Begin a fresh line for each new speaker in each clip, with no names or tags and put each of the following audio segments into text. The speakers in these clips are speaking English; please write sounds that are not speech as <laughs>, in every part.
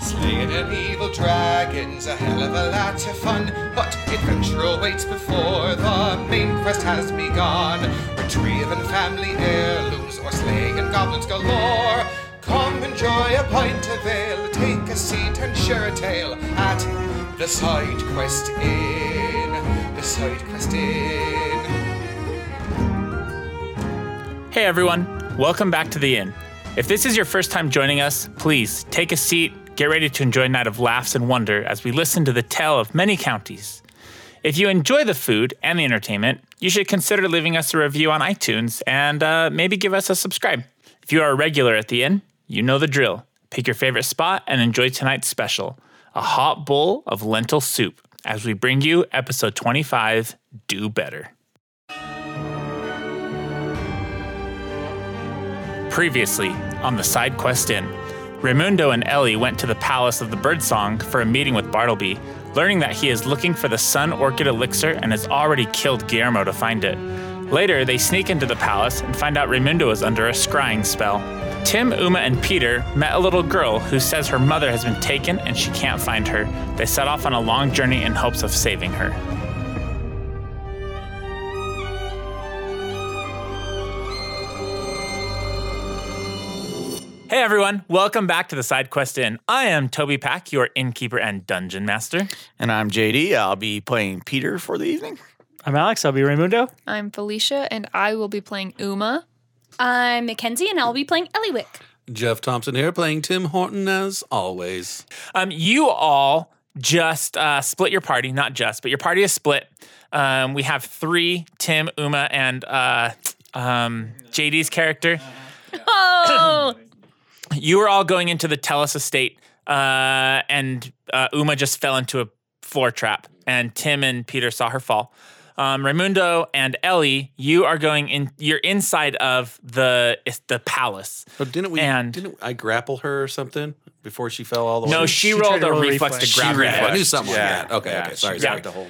Slaying an evil dragon's a hell of a lot of fun, but adventure awaits before the main quest has begun. Retrieving family heirlooms or slaying goblins galore. Come enjoy a pint of ale, take a seat and share a tale at the Side Quest Inn. The Side Quest Inn.
Hey everyone, welcome back to the inn. If this is your first time joining us, please take a seat, get ready to enjoy a night of laughs and wonder as we listen to the tale of many counties. If you enjoy the food and the entertainment, you should consider leaving us a review on iTunes and uh, maybe give us a subscribe. If you are a regular at the inn, you know the drill. Pick your favorite spot and enjoy tonight's special a hot bowl of lentil soup as we bring you episode 25 Do Better. Previously, on the side quest inn, Raimundo and Ellie went to the Palace of the Birdsong for a meeting with Bartleby, learning that he is looking for the Sun Orchid Elixir and has already killed Guillermo to find it. Later, they sneak into the palace and find out Raimundo is under a scrying spell. Tim, Uma, and Peter met a little girl who says her mother has been taken and she can't find her. They set off on a long journey in hopes of saving her. Hey everyone, welcome back to the Side Quest Inn. I am Toby Pack, your innkeeper and dungeon master.
And I'm JD. I'll be playing Peter for the evening.
I'm Alex. I'll be Raimundo.
I'm Felicia, and I will be playing Uma.
I'm Mackenzie, and I'll be playing Eliwick.
Jeff Thompson here, playing Tim Horton as always.
Um, you all just uh, split your party, not just, but your party is split. Um, we have three: Tim, Uma, and uh, um, JD's character.
Oh,
<laughs> You were all going into the Tellus estate, uh, and uh, Uma just fell into a floor trap, and Tim and Peter saw her fall. Um, Raimundo and Ellie, you are going in. You're inside of the the palace.
But didn't we?
And-
didn't I grapple her or something before she fell all the way?
No, she, rolled
tried to
a
roll a
reflex,
reflex.
to grab
Yeah, I knew
reflex.
something like that. Okay, okay, sorry, sorry.
Yeah.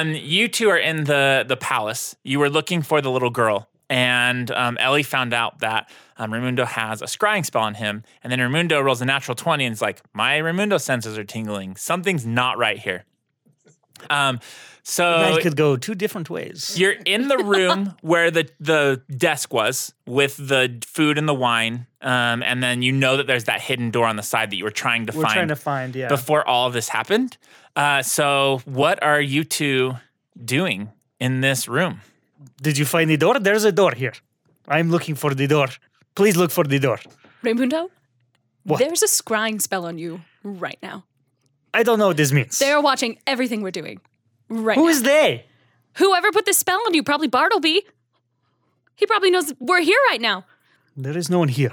Um, you two are in the the palace. You were looking for the little girl, and um, Ellie found out that um, Raimundo has a scrying spell on him, and then Raimundo rolls a natural twenty and is like, "My Raimundo senses are tingling. Something's not right here." Um, so
That could go two different ways.
you're in the room where the the desk was with the food and the wine, um, and then you know that there's that hidden door on the side that you were trying to
We're
find
trying to find. Yeah.
before all of this happened. Uh, so, what are you two doing in this room?
Did you find the door? There's a door here. I'm looking for the door. Please look for the door.
Raimundo,
What?
there's a scrying spell on you right now.
I don't know what this means.
They're watching everything we're doing right
Who
now.
is they?
Whoever put this spell on you, probably Bartleby. He probably knows we're here right now.
There is no one here.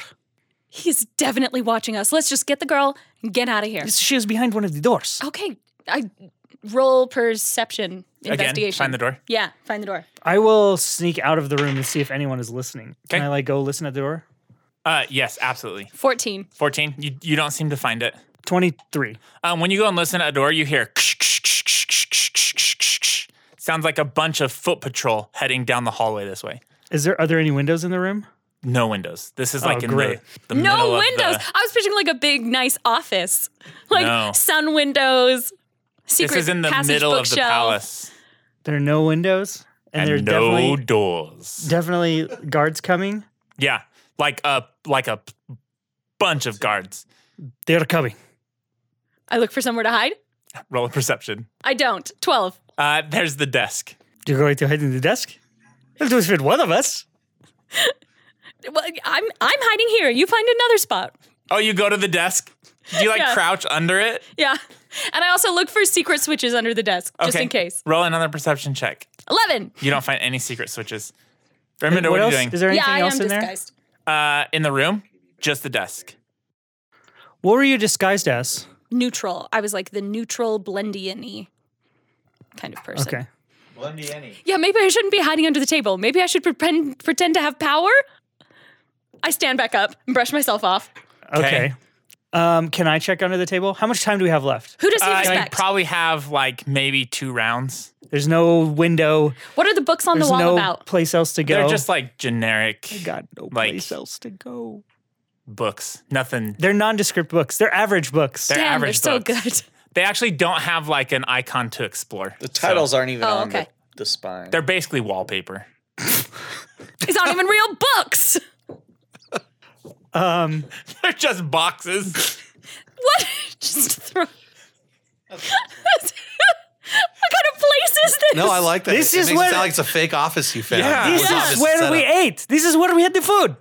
He's definitely watching us. Let's just get the girl and get out of here.
She is behind one of the doors.
Okay, I roll perception investigation.
Again, find the door.
Yeah, find the door.
I will sneak out of the room and see if anyone is listening. Can
Okay.
I like go listen at the door?
Uh, yes, absolutely.
14.
14. You, you don't seem to find it.
Twenty-three.
Um, when you go and listen at a door, you hear sounds like a bunch of foot patrol heading down the hallway this way.
Is there? Are there any windows in the room?
No windows. This is like in
Oh, great.
the, the middle
No
of
windows.
the-
I was picturing like a big, nice office, like
No.
sun windows. Secret
this is in the
passage
middle of the
bookshelf.
palace,
There are no windows, and,
and,
there are
no
definitely
doors.
definitely guards coming.
Yeah, like a like a bunch of guards.
They are coming.
I look for somewhere to hide.
Roll a perception.
I don't. Twelve.
Uh, there's the desk.
You're going to hide in the desk. It'll do it with one of us.
Well, I'm I'm hiding here. You find another spot.
Oh, you go to the desk. Do you like
Yeah.
crouch under it?
Yeah, and I also look for secret switches under the desk, just in case.
Roll another perception check.
Eleven.
You don't find any secret switches. Remember
what
what, are
else?
you doing?
Is there
Yeah,
anything
I am
else in there?
disguised.
uh, in the room, just the desk.
What were you disguised as?
Neutral. I was like the neutral blendian-y kind of person.
Okay.
Yeah, maybe I shouldn't be hiding under the table. Maybe I should pretend pretend to have power. I stand back up and brush myself off.
Okay. Um, can I check under the table? How much time do we have left?
Who does he
Uh, you
respect?
probably have like maybe two rounds.
There's no window.
what are the books on the
There's
wall
no
about?
place else to go.
They're just like generic.
I got no
like-
place else to go.
books. Nothing.
They're nondescript books. They're average books.
They're
Damn, they're
average
so
books.
good. <laughs>
They actually don't have like an icon to explore.
The titles aren't even
Oh,
on the,
okay.
the spine.
They're basically wallpaper. <laughs>
These aren't even real books.
um,
They're just boxes.
What? <laughs> Just throw. what kind of place is this?
No, I like that.
This
It
is
makes it
where-
sound like it's a fake office you found.
Yeah.
this
Office
is where we
setup.
ate. This is where we had the food.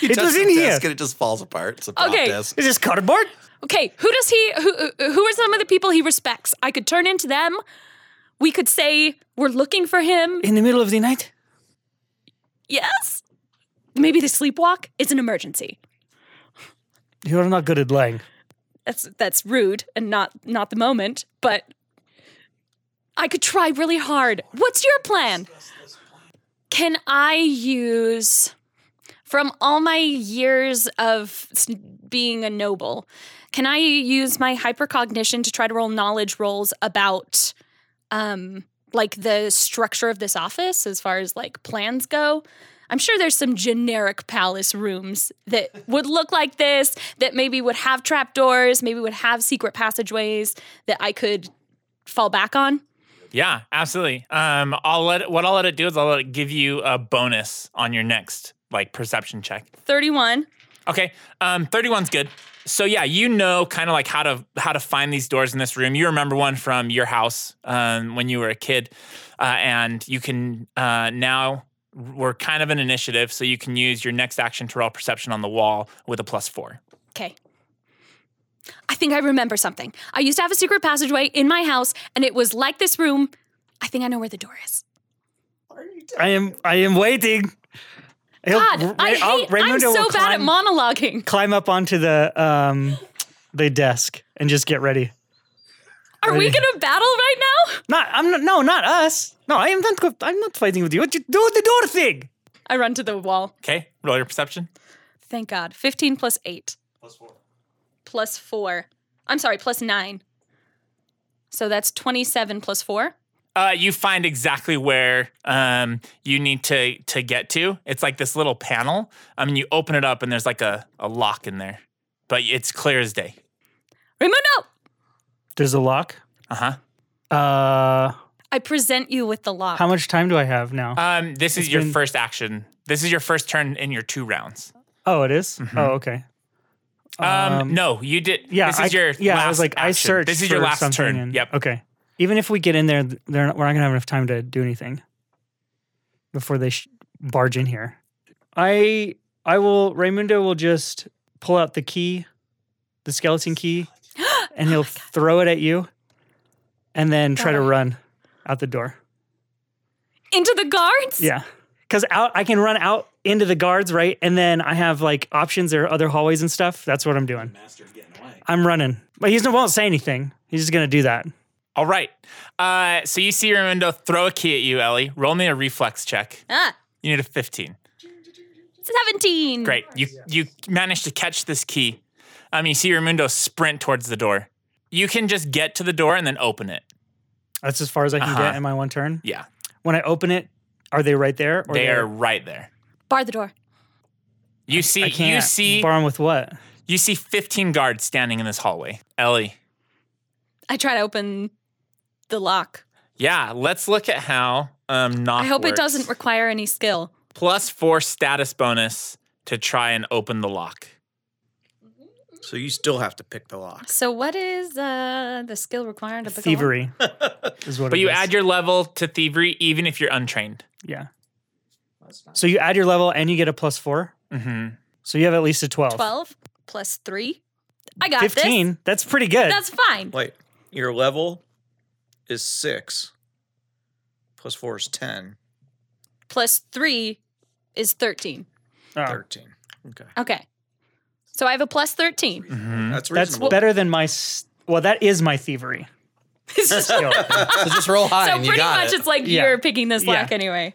You
It
touch
was
the
in here.
desk And it just falls apart. It's a prop
Okay.
desk.
Is this cardboard?
Okay, who does he? Who who are some of the people he respects? I could turn into them. We could say we're looking for him.
In the middle of the night?
Yes. Maybe the sleepwalk is an emergency.
You're not good at lying.
That's that's rude and not not the moment. But I could try really hard. What's your plan? Can I use from all my years of s- being a noble? Can I use my hypercognition to try to roll knowledge rolls about um like the structure of this office as far as like plans go? I'm sure there's some generic palace rooms that would look like this, that maybe would have trapdoors, maybe would have secret passageways that I could fall back on.
yeah, absolutely. Um, I'll let it, what I'll let it do is I'll let it give you a bonus on your next like perception check.
31.
Okay, um, 31's good. So yeah, you know kind of like how to how to find these doors in this room. You remember one from your house um, when you were a kid, uh, and you can uh, now we're kind of an initiative, so you can use your next action to roll perception on the wall with a plus four.
Okay. I think I remember something. I used to have a secret passageway in my house, and it was like this room. I think I know where the door is.
I am I am waiting. He'll-
God, I
Ra- I'll-
hate, I'm
Raimundo
so
will
bad at
climb-
monologuing.
Climb up onto the um the desk and just get ready.
Are we gonna battle right now?
Not I'm not no not us. No, I am not go- I'm not fighting with you. You do the door thing.
I run to the wall.
Okay, roll your perception.
Thank God. 15 plus 8. Plus 4. Plus 4. I'm sorry, plus 9. So that's 27 plus 4.
Uh, you find exactly where um, you need to to get to. It's like this little panel. I mean, you open it up and there's like a, a lock in there, but it's clear as day.
Raimundo!
There's a lock.
Uh
Uh-huh.
huh.
Uh
I present you with the lock.
how much time do I have now?
Uh,
Um, this is
It's
your
been-
first action. This is your first turn in your two rounds.
oh, it is? Oh, okay.
Um, no, you did.
Yeah,
this is
I,
your
yeah.
Last
I was like, I
action.
searched.
This is your
for
last
something
turn.
and-
yep.
Okay. Even if we get in there, they're not, we're not gonna have enough time to do anything before they sh- barge in here. I I will. Raimundo will just pull out the key, the skeleton
<gasps>
key, and he'll throw it at you, and then try to
Oh.
run out the door.
Into the guards?
Yeah. Cause out I can run out into the guards, right? And then I have like options or other hallways and stuff. That's what I'm doing. I'm running. But he's not won't say anything. He's just gonna do that.
All right. Uh, so you see Raimundo throw a key at you, Ellie. Roll me a reflex check.
Ah,
You need a 15.
17.
Great. You you managed to catch this key. Um, you see Raimundo sprint towards the door. You can just get to the door and then open it.
That's as far as I can
Uh-huh.
get in my one turn.
Yeah,
When I open it, are they right there? Or
they are
they're-
right there.
Bar the door.
You see,
I can't
you see,
bar 'em with what?
you see, fifteen guards standing in this hallway. Ellie,
I try to open the lock.
yeah. Let's look at how um knock.
I hope it
works.
doesn't require any skill.
plus four status bonus to try and open the lock.
so you still have to pick the lock.
So what is uh, the skill required to pick a
<laughs>
lock?
Thievery. is what
But
it
you
is.
add your level to thievery even if you're untrained.
Yeah. So you add your level and you get a plus four.
hmm
Mm-hmm.
So you have at least a twelve.
12 plus 3. I got
Fifteen. That's pretty good.
this. That's fine.
Wait, your level is six. Plus four is 10.
Plus 3 is 13.
Oh,
13. Okay.
Okay. So I have a
<laughs>
plus 13.
Mm-hmm.
That's
that's
reasonable.
better than my. s well, that is my
<laughs>
thievery.
so
skill.
So just roll high and
pretty
you got
much
it.
it's like
Yeah.
you're picking this
Yeah.
lock anyway.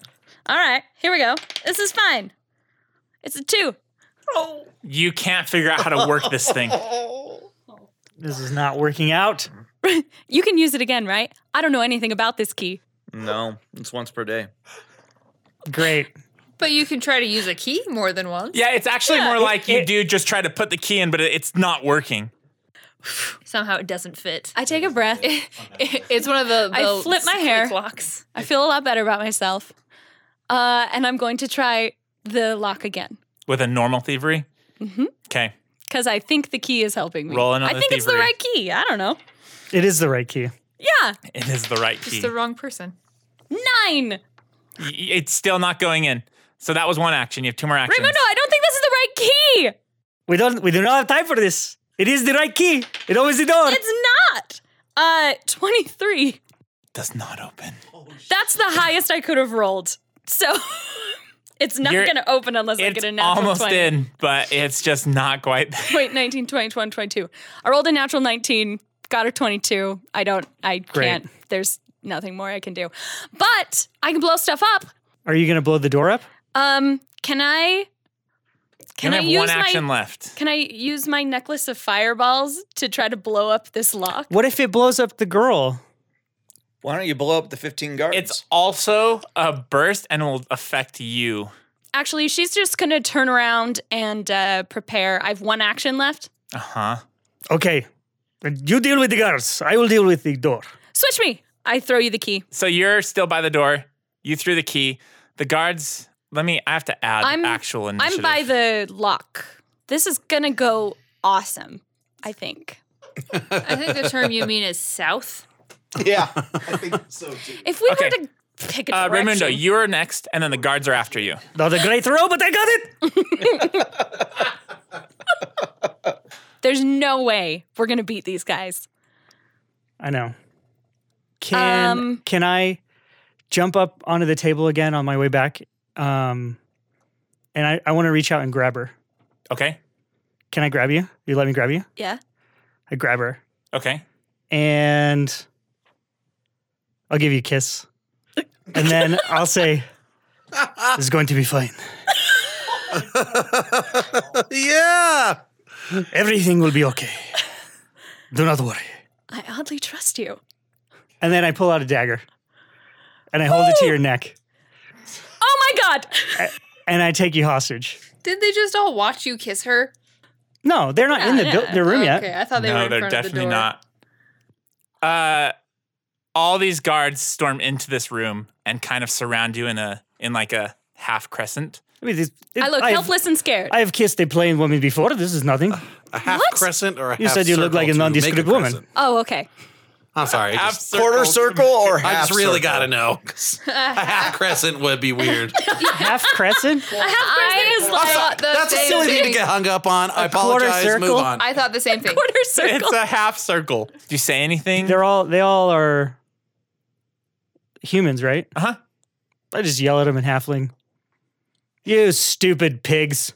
All right, here we go. This is fine. It's a two.
You can't figure out how to work this thing.
<laughs> This is not working out.
<laughs> You can use it again, right? I don't know anything about this key.
No, it's once per day.
Great.
But you can try to use a key more than once.
<laughs> Yeah, it's actually
Yeah,
more
it-
like you do just try to put the key in, but it, it's not working.
<laughs> Somehow it doesn't fit.
I take a breath.
<laughs> it's one of the.
I
the
flip my hair.
Clocks.
I feel a lot better about myself. Uh, and I'm going to try the lock again
With a normal thievery?
Mhm.
Okay.
because I think the key is helping me.
Roll
I
another
think it's the
thievery.
right key. I don't know.
It is the right key.
Yeah,
It is the right key.
Just the wrong person.
nine.
Y- it's still not going in. So that was one action. You have two more actions.
Raimundo, I don't think this is the right key.
We don't. We do not have time for this. It is the right key. It opens the door.
It's not. Uh, 23.
Does not open.
That's the highest I could have rolled. So <laughs> it's not
You're-
going to open unless I
It's
get a natural
almost
20.
in, but it's just not quite there.
Wait, 19, 20, 21, 22. I rolled a natural 19, got a 22. I don't, I can't. There's nothing more I can do. But I can blow stuff up.
Are you gonna blow the door up?
Um, can I, can
you
I
only have
use
one action
my,
left.
can I use my necklace of fireballs to try to blow up this lock?
What if it blows up the girl?
Why don't you blow up the 15 guards?
It's also a burst and will affect you.
Actually, she's just going to turn around and uh, prepare. I have one action left.
Uh huh.
Okay, you deal with the girls. I will deal with the door.
Switch me. I throw you the key.
So you're still by the door. You threw the key. The guards. Let me. I have to add
I'm-
actual initiative.
I'm by the lock. This is gonna go awesome, I think.
I think the term you mean is south.
yeah, I think so too.
If we
Okay.
were to pick a
Uh,
direction,
Raimundo, you are next, and then the guards are after you.
Not a great row, but I got it.
<laughs> there's no way we're gonna beat these guys.
I know. Can
Um,
can I jump up onto the table again on my way back? Um, and I, I want to reach out and grab her.
Okay.
Can I grab you? You let me grab you?
Yeah.
I grab her
Okay.
and I'll give you a kiss. And then I'll say, it's going to be fine.
yeah.
Everything will be okay. Do not worry.
I oddly trust you.
And then I pull out a dagger and I hold it to your neck
Oh my god!
and I take you hostage.
Did they just all watch you kiss her?
No, they're not in the, buil-
Yeah,
their room yet.
Okay, I thought they were
no,
in
they're
front
definitely
of the door.
not. Uh, all these guards storm into this room and kind of surround you in a in like a half crescent.
I, mean, this- it-
I look
I've-
helpless and scared.
I have kissed a plain woman before. This is nothing.
A half crescent or a
You
Uh, half
said you look
circle
like a
to make
nondescript woman.
crescent?
oh,
<laughs>
okay.
I'm sorry. I
Half
just,
circle.
Quarter circle or
I
half
just really
circle?
got to know. 'cause a half crescent would be weird.
Half crescent.
I is
I'm sorry.
like the
That's a
same
silly thing to
thing.
get hung up on. I
quarter
apologize. Move
circle?
on.
I thought the same thing.
Quarter circle.
It's a half circle. Do you say anything?
They're all they all are humans, right?
Uh huh.
I just yell at them in halfling. You stupid pigs.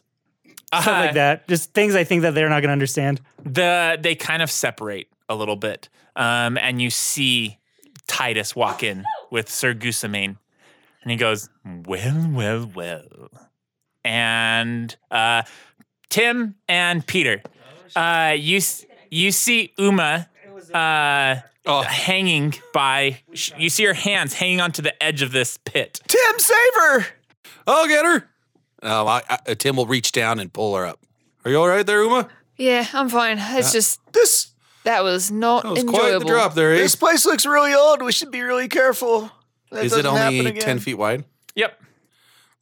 Stuff like that. Just things I think that they're not going to understand.
the they kind of separate a little bit, um, and you see Titus walk in with Sir Gusamine, and he goes, "Well, well, well," and uh, Tim and Peter, uh, you s- you see Uma. Uh,
Oh.
hanging by, sh- you see her hands hanging onto the edge of this pit.
Tim, save her.
I'll get her. Um, I, I, Tim will reach down and pull her up. Are you all right there, Uma?
Yeah, I'm fine. It's just
This
that was not
That was quite the
enjoyable.
drop there. Eh?
this place looks really old. We should be really careful. That
Is it
doesn't happen
only
again.
10 feet wide?
Yep.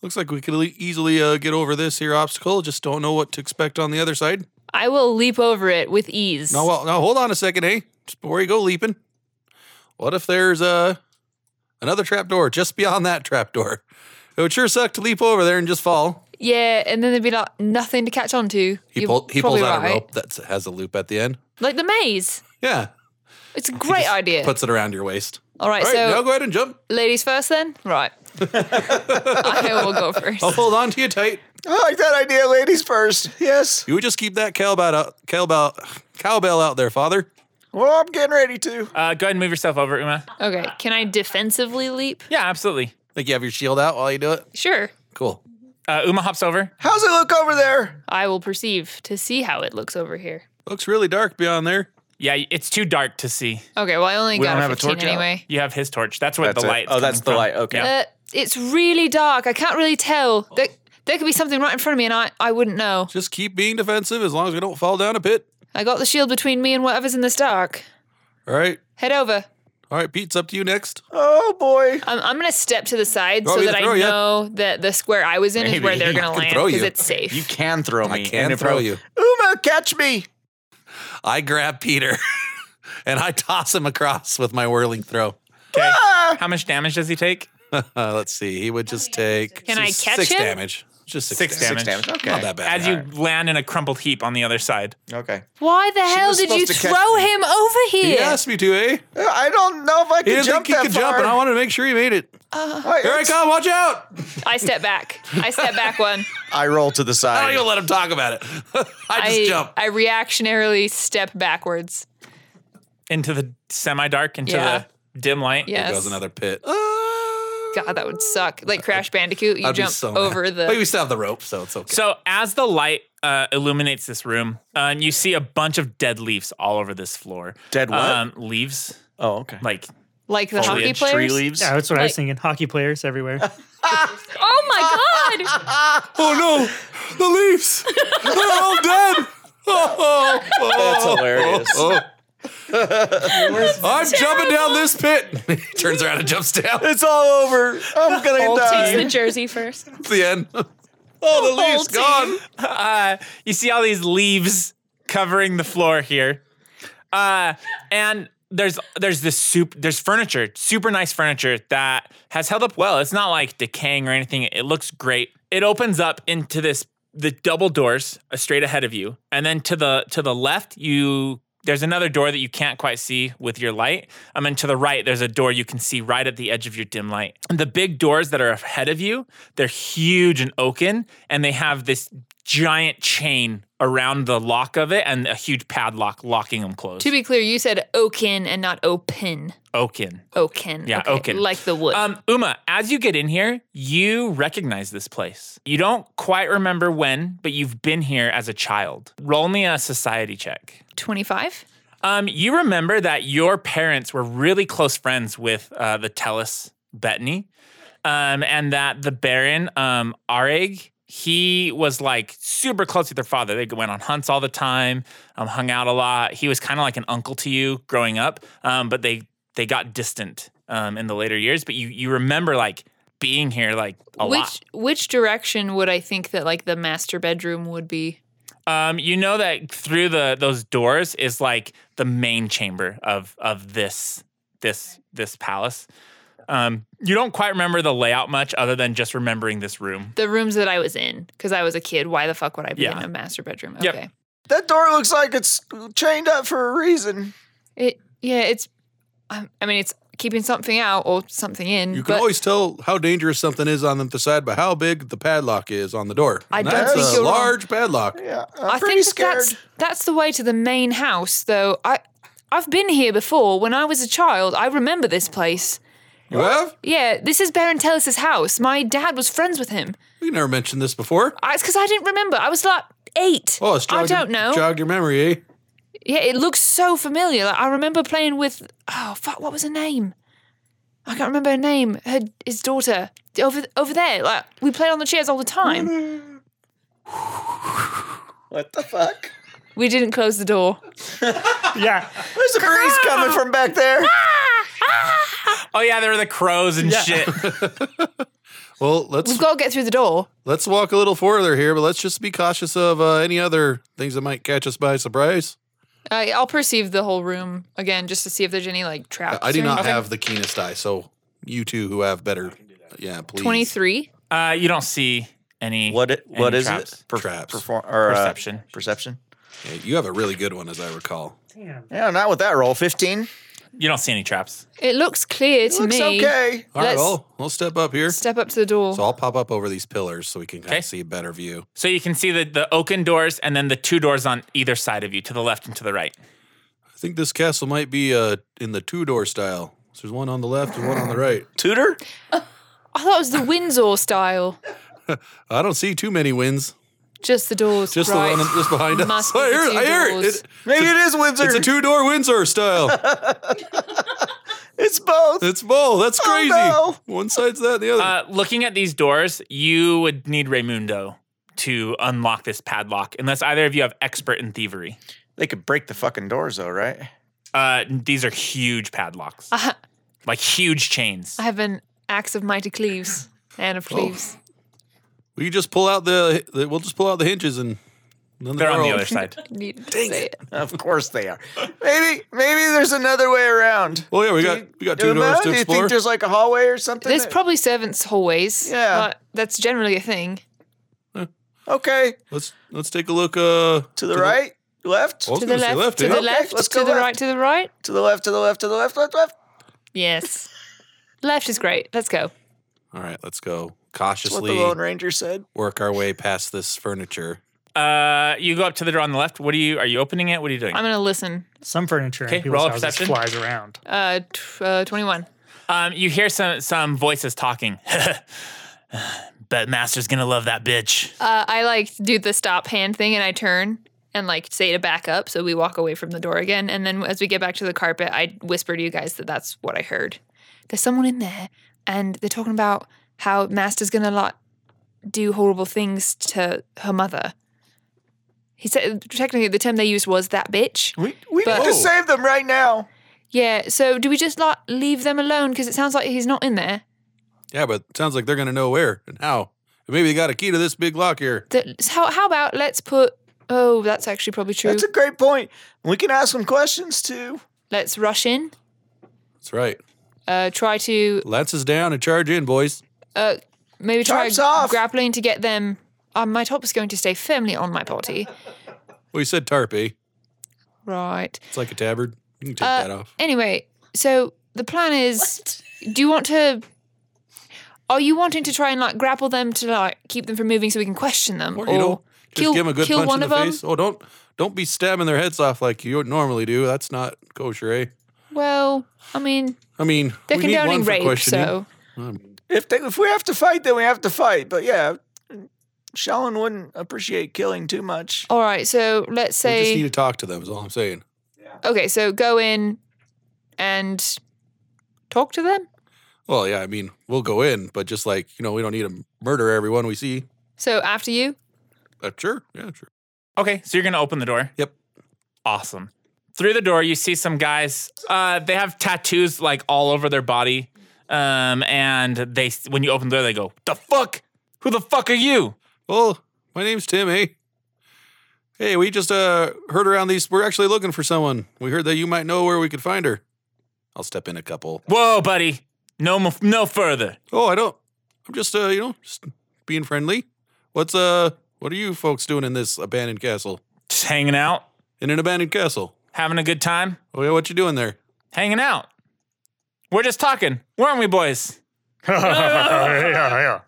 Looks like we could le- easily uh, get over this here obstacle. Just don't know what to expect on the other side.
I will leap over it with ease.
Now, well, now hold on a second, eh? Just before you go leaping, what if there's uh, another trap door just beyond that trap door? It would sure suck to leap over there and just fall.
Yeah, and then there'd be like nothing to catch on to.
He,
You're
pull, he pulls
probably
out a
right.
rope that has a loop at the end.
Like the maze.
Yeah,
It's a great idea.
puts it around your waist.
All right,
All right,
so
now go ahead and jump.
ladies first then? Right. <laughs> I will go first.
I'll Oh, hold on to you tight.
I like that idea, ladies first. Yes.
You would just keep that cowbell out, cowbell, cowbell out there, Father.
Well, Oh, I'm getting ready to.
Uh, go ahead and move yourself over, Uma.
Okay, can I defensively leap?
Yeah, absolutely.
Think you have your shield out while you do it?
Sure.
Cool.
Uh, Uma hops over.
How's it look over there?
I will perceive to see how it looks over here.
Looks really dark beyond there.
Yeah, it's too dark to see.
Okay, well I only
We
got
don't
a
have a
15
torch out.
anyway.
You have his torch. That's where
That's
the
it.
light.
Oh, that's the light. Okay.
Yeah.
Uh, it's really dark. I can't really tell. There, there could be something right in front of me, and I, I wouldn't know.
Just keep being defensive as long as we don't fall down a pit.
I got the shield between me and whatever's in this dark.
All right.
Head over.
All right, Pete, it's up to you next.
Oh boy.
I'm, I'm gonna step to the side
Oh,
so
you
that I
throw, yeah.
know that the square I was in is where
Maybe.
they're gonna
I can
land
throw
because
you.
it's safe.
You can throw me.
I can
if
throw you.
Uma, catch me.
I grab Peter <laughs> and I toss him across with my whirling throw.
Okay.
Ah!
How much damage does he take?
Uh, <laughs> let's see. He would just take.
Can I
s-
catch
six
him?
damage? Just six,
Six
damage.
Six damage. Okay.
Not that bad.
As you land in a crumpled heap on the other side.
Okay.
Why the hell
was
did you
supposed to catch
throw
me.
him over
he
here?
asked me to, eh?
Uh, I don't know if I
He
can
didn't think
jump
he
that
could
far.
jump, and I wanted to make sure he made it.
Wait,
Here I
it's-
come! Watch out!
Uh, I step back. I step back one.
I roll to the
I don't
side.
even let him talk about it. <laughs> I just
I
jump.
I reactionarily step backwards.
into the semi dark, into
Yeah.
the dim light.
Yes.
There goes another pit. Ah.
God, that would suck. Like Crash Bandicoot, you
I'd be
jump
so mad.
over the.
But we still have the rope, so it's okay.
So as the light uh, illuminates this room, um, you see a bunch of dead leaves all over this floor. Um,
Dead what?
leaves,
oh, okay.
like
like the hockey
Foliage
players.
Tree leaves.
Yeah, that's what I was
Like-
thinking. Hockey players everywhere.
Oh
<laughs>
my god!
<laughs> oh no! The leaves! They're all dead! Oh, oh, <laughs> oh,
That's hilarious.
oh. I'm jumping down this pit.
<laughs>
he turns around and jumps down. It's
It's all over. I'm gonna
Takes
die.
the
<laughs>
jersey first.
the end. <laughs> Oh, the leaves
Bolting.
gone.
uh, you see all these leaves covering the floor here, uh, and there's there's this soup there's furniture, super nice furniture that has held up well. It's not like decaying or anything. It looks great. It opens up into this the double doors uh, straight ahead of you, and then to the to the left you. There's another door that you can't quite see with your light. I mean, to the right, there's a door you can see right at the edge of your dim light. And the big doors that are ahead of you, they're huge and oaken, and they have this giant chain around the lock of it and a huge padlock locking them closed.
To be clear, you said oaken and not open.
Oaken.
Oaken.
Yeah,
Okay,
oaken.
Like the wood.
Um, Uma, as you get in here, you recognize this place. You don't quite remember when, but you've been here as a child. Roll me a society check.
25?
Um, you remember that your parents were really close friends with uh, the Tellus Bettany, um, and that the Baron um, Arig, he was like super close with their father. They went on hunts all the time, um, hung out a lot. He was kind of like an uncle to you growing up, um, but they they got distant um, in the later years. But you you remember like being here like a
which
lot.
which direction would I think that like the master bedroom would be?
Um, you know that through the those doors is like the main chamber of of this this this palace. Um, you don't quite remember the layout much, other than just remembering this room.
The rooms that I was in because I was a kid. Why the fuck would I be in
Yeah.
a master bedroom? Okay.
Yep.
That door looks like it's chained up for a reason.
It yeah, it's I I mean it's keeping something out or something in.
You can
but
always tell how dangerous something is on the side by how big the padlock is on the door.
I
And
don't
that's
think
a
you're wrong.
large padlock.
Yeah, I'm
I
pretty
think that
scared.
that's that's the way to the main house though. I I've been here before. When I was a child, I remember this place.
You have?
Yeah, this is Baron Tellus's house. My dad was friends with him.
We never mentioned this before.
I, it's because I didn't remember. I was like eight.
Oh, it's
I
jogged,
don't know.
jogged your memory, eh?
Yeah, it looks so familiar. Like, I remember playing with oh fuck, what was her name? I can't remember her name. Her his daughter over over there. Like we played on the chairs all the time.
What the fuck?
We didn't close the door.
yeah.
There's a breeze coming from back there.
<laughs> Oh yeah, there were the crows and shit.
Well, let's
We've got to get through the door.
let's walk a little further here, but let's just be cautious of uh, any other things that might catch us by surprise.
Uh, I'll perceive the whole room again just to see if there's any like traps.
I do
or
not
anything.
have the keenest eye, so you two who have better, yeah, please.
twenty three.
Uh, you don't see any.
What? It, what
any
is
traps.
it? Per-
Traps.
perform- or, uh,
Perception.
perception.
Yeah, you have a really good one, as I recall.
Yeah, not with that roll. Fifteen.
You don't see any traps.
It looks clear to
Looks
me.
okay.
All right,
Let's-
well, we'll step up here.
Step up to the door.
So I'll pop up over these pillars so we can kind
Okay.
of see a better view.
So you can see the the oaken doors and then the two doors on either side of you, to the left and to the right.
I think this castle might be uh, in the two door style. So there's one on the left and one on the
<laughs>
right.
Tutor.
I thought it was the Windsor style.
I don't see too many wins.
Just the doors.
Just
right.
the one just behind us.
Must be
<laughs> I hear
the
it. I
two
hear it.
doors.
It-
<laughs>
Maybe it is Windsor.
It's a two door Windsor style.
It's both.
It's both. That's crazy.
no.
One side's that, the other.
Uh, looking at these doors, you would need Raymundo to unlock this padlock, unless either of you have expert in thievery.
They could break the fucking doors though, right?
Uh, these are huge padlocks,
Uh-huh.
I, ha-
like huge chains.
I have an axe of
<laughs>
mighty cleaves. Anne
Oh,
of Cleves.
we just pull out the, the. We'll just pull out the hinges and. none of
They're on the
barrel-
other side.
<laughs> You say it.
Of course they are.
Maybe maybe there's another way around.
Well, yeah, we got we got two doors
Do
to
you think
explore.
there's like a hallway or something?
There's
that-
probably servants' hallways.
Yeah.
but that's generally a thing.
okay.
Let's let's take a look. Uh,
To the right, left,
I was
To the
gonna say
left,
left.
to
yeah.
the
Okay,
left,
let's
to
go
the
left.
right, to the right.
to the left, to the left, to the left, left, left.
Yes. <laughs> Left is great. Let's go.
All right, let's go
That's what
cautiously
the Lone Ranger said.
work our way past this furniture.
Uh, you go up to the door on the left. What are you? Are you opening it? What are you doing?
I'm gonna listen.
Some furniture
Okay,
in people's
roll a
houses
perception.
flies around.
Uh, tw uh, 21.
Um, you hear some some voices talking. <laughs> Bet Master's gonna love that bitch.
Uh, I like do the stop hand thing and I turn and like say to back up. So we walk away from the door again. And then as we get back to the carpet, I whisper to you guys that that's what I heard. There's someone in there and they're talking about how Master's gonna like do horrible things to her mother. He said technically the term they used was that bitch.
We we
But-
need to save them right now.
Yeah. So do we just like leave them alone? Because it sounds like he's not in there.
Yeah, but it sounds like they're gonna know where and how. Maybe they got a key to this big lock here.
That, so how, how about let's put. Oh, that's actually probably true.
That's a great point. We can ask them questions too.
let's rush in.
That's right.
Uh, try to
Lances down and charge in, boys.
uh, maybe try
Tops off.
grappling to get them. Uh, my top is going to stay firmly on my body.
Well, you said tarp, eh?
Right.
It's like a tabard. You can take
Uh,
that off.
Anyway, so the plan is do you want to. Are you wanting to try and like grapple them to like keep them from moving so we can question them?
Or, you
oh,
know, just
kill,
give them a good
kill
punch
one
in the
of
face.
them?
Oh, don't don't be stabbing their heads off like you normally do. That's not kosher, eh?
Well, I mean,
I mean,
they're
we need one
condoning
for
rape,
questioning.
so.
Um,
If they, if we have to fight, then we have to fight. But yeah, Shallon wouldn't appreciate killing too much.
All right, so let's
we just
say.
need to talk to them. Is all I'm saying.
okay, so go in and talk to them.
Well, yeah, I mean, we'll go in, but just like you know, we don't need to murder everyone we see.
So after you,
Uh, sure, yeah, sure.
Okay, so you're gonna open the door.
Yep.
Awesome. Through the door, you see some guys. Uh, they have tattoos like all over their body. Um, and they when you open the door, they go, "The fuck? Who the fuck are you?"
Well, my name's Tim. Hey, hey, we just uh heard around these. We're actually looking for someone. We heard that you might know where we could find her. I'll step in a couple.
Whoa, buddy. No, mo- no further.
Oh, I don't. I'm just uh, you know, just being friendly. What's uh, what are you folks doing in this abandoned castle?
Just hanging out,
In an abandoned castle.
having a good time,
Oh yeah, what you doing there?
hanging out. We're just talking, weren't we,
<laughs>
boys? <laughs>
it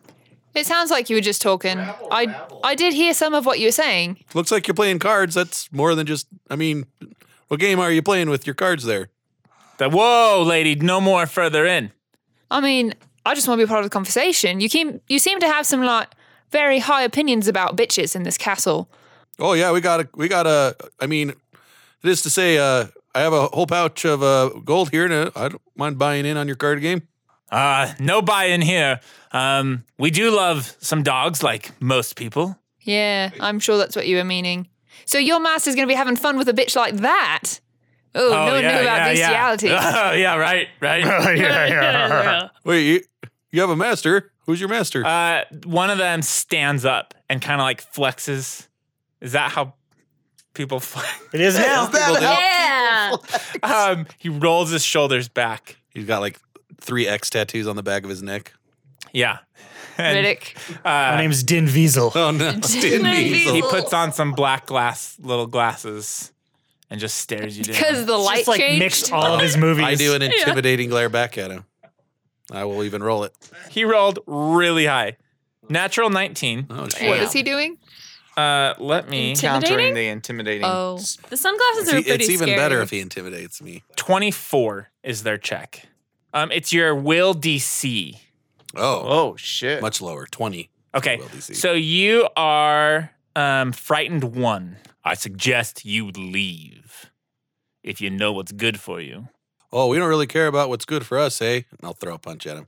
sounds like you were just talking. I I did hear some of what you were saying.
Looks like you're playing cards. That's more than just. I mean, what game are you playing with your cards there?
The whoa, lady. No more further in.
I mean, I just want to be part of the conversation. You keep you seem to have some like very high opinions about bitches in this castle.
Oh yeah, we got a we got a. I mean, it is to say, uh, I have a whole pouch of uh, gold here, and uh, I don't mind buying in on your card game.
Uh, no buy in here. Um, we do love some dogs, like most people.
Yeah, I'm sure that's what you were meaning. So your master's going to be having fun with a bitch like that. Oh, no one knew about bestiality.
<laughs> Oh, <laughs> yeah, right,
<laughs>
right. <laughs>
Wait, you, you have a master? Who's your master?
uh, one of them stands up and kind of like flexes. Is that how people flex?
It
<laughs>
is now.
People do-
Yeah.
um, he rolls his shoulders back.
He's got like three X tattoos on the back of his neck.
Yeah. And, uh,
Riddick.
My name's Din Wiesel.
Oh <laughs> no, Stan Musial.
He puts on some black glass, little glasses, and just stares you down.
Because the light
Just like
changed.
mixed all
<laughs>
of his movies.
I do an intimidating glare back at him. I will even roll it.
he rolled really high. Natural 19.
Oh, shit.
What is he doing?
Uh, let me.
Countering the intimidating.
Oh.
The sunglasses are
It's,
pretty
it's even
scary.
better if he intimidates me.
24 is their check. Um, it's your will DC.
Oh,
Oh shit.
much lower, twenty.
Okay.
Will DC.
So you are um, frightened one. I suggest you leave if you know what's good for you.
Oh, we don't really care about what's good for us, eh? And I'll throw a punch at him.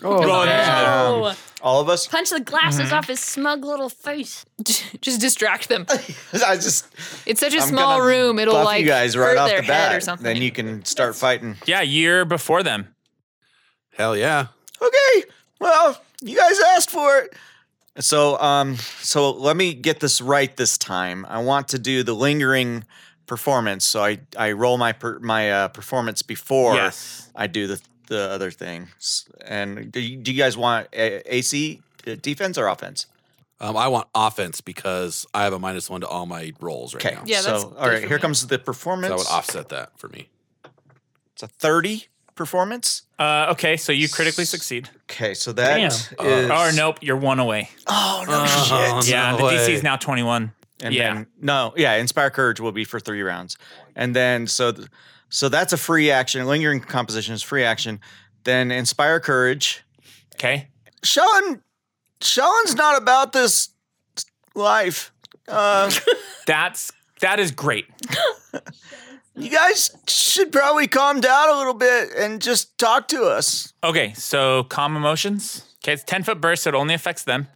Roll initiative.
Oh,
All of us.
punch the glasses off his smug little face.
Just distract them.
<laughs> I just
It's such a
I'm
small
gonna
room. It'll
buff
like
you guys right
hurt
off
their
the bat.
head or something.
Then you can start fighting.
Yeah, you're before them.
Hell yeah.
Okay. Well, you guys asked for it.
So,
So, um, so let me get this right this time. I want to do the lingering performance. So I, I roll my per, my uh, performance before
yes.
I do the the other thing. S- And do you, do you guys want a- AC uh, defense or offense?
Um, I want offense because I have a minus one to all my rolls right
Okay.
now.
Yeah,
so
that's
all right. Here
definitely-
comes the
So that
performance.
would offset that for me.
It's a thirty performance.
Uh, okay, so you critically succeed. Uh,
Okay, so that is
Damn.
Or Oh, nope, you're one away.
Oh no
Oh,
shit.
yeah,
no
the DC
way.
is now 21.
And
Yeah.
then no, yeah, inspire courage will be for three rounds. And then so th- so that's a free action. Lingering composition is free action. Then inspire courage.
Okay.
Sean, Sean's not about this life.
<laughs>
Uh,
That's that is great.
you guys should probably calm down a little bit and just talk to us.
Okay, so calm emotions. Okay, it's 10 foot burst, so it only affects them.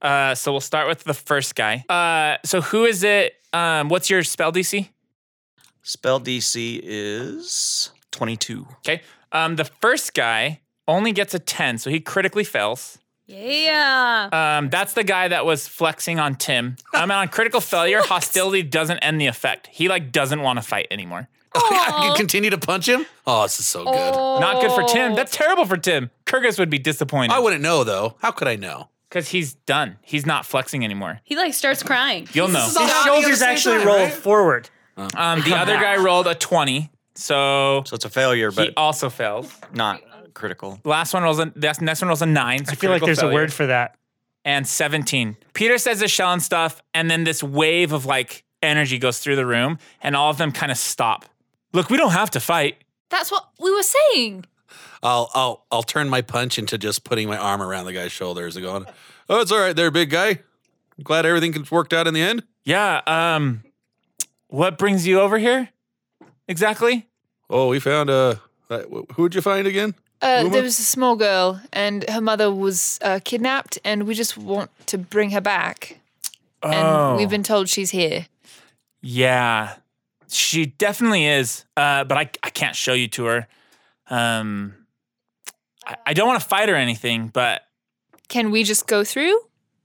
Uh, so we'll start with the first guy. Uh, so who is it? Um, what's your spell DC?
Spell DC is twenty-two.
Okay. Um, the first guy only gets a 10, so he critically fails.
Yeah.
Um, that's the guy that was flexing on Tim. Um, on
<laughs>
critical failure, hostility doesn't end the effect. He like doesn't want to fight anymore.
I
Aw.
Oh, can continue to punch him. Oh, this is so good.
Not good for Tim.
Oh.
That's terrible for Tim. Kurgus would be
I
disappointed
wouldn't know though. How could I know?
because he's done. He's not flexing anymore.
he like starts crying.
You'll know.
is
His
Stop me at the
shoulders
same
actually
time,
roll
right?
forward.
Oh.
Um, the other guy rolled a 20, so
So it's a failure,
he
but
also fails.
not critical.
Last one rolls a that's next one rolls a nine. so
I feel like
critical
there's a
failure.
word for that.
and 17. Peter says the shell and stuff, and then this wave of like energy goes through the room, and all of them kind of stop. Look, we don't have to fight.
That's what we were saying.
I'll I'll I'll turn my punch into just putting my arm around the guy's shoulders and going, "Oh, it's all right there, big guy. glad everything worked out in the end."
Yeah, um, what brings you over here exactly?
Oh, we found uh, uh, who'd you find again?
Uh,
Uma?
there was a small girl, and her mother was uh, kidnapped, and we just want to bring her back. And we've been told she's here.
Yeah, she definitely is, uh, but I, I can't show you to her. Um, I, I don't want to fight or anything, but
Can we just go through?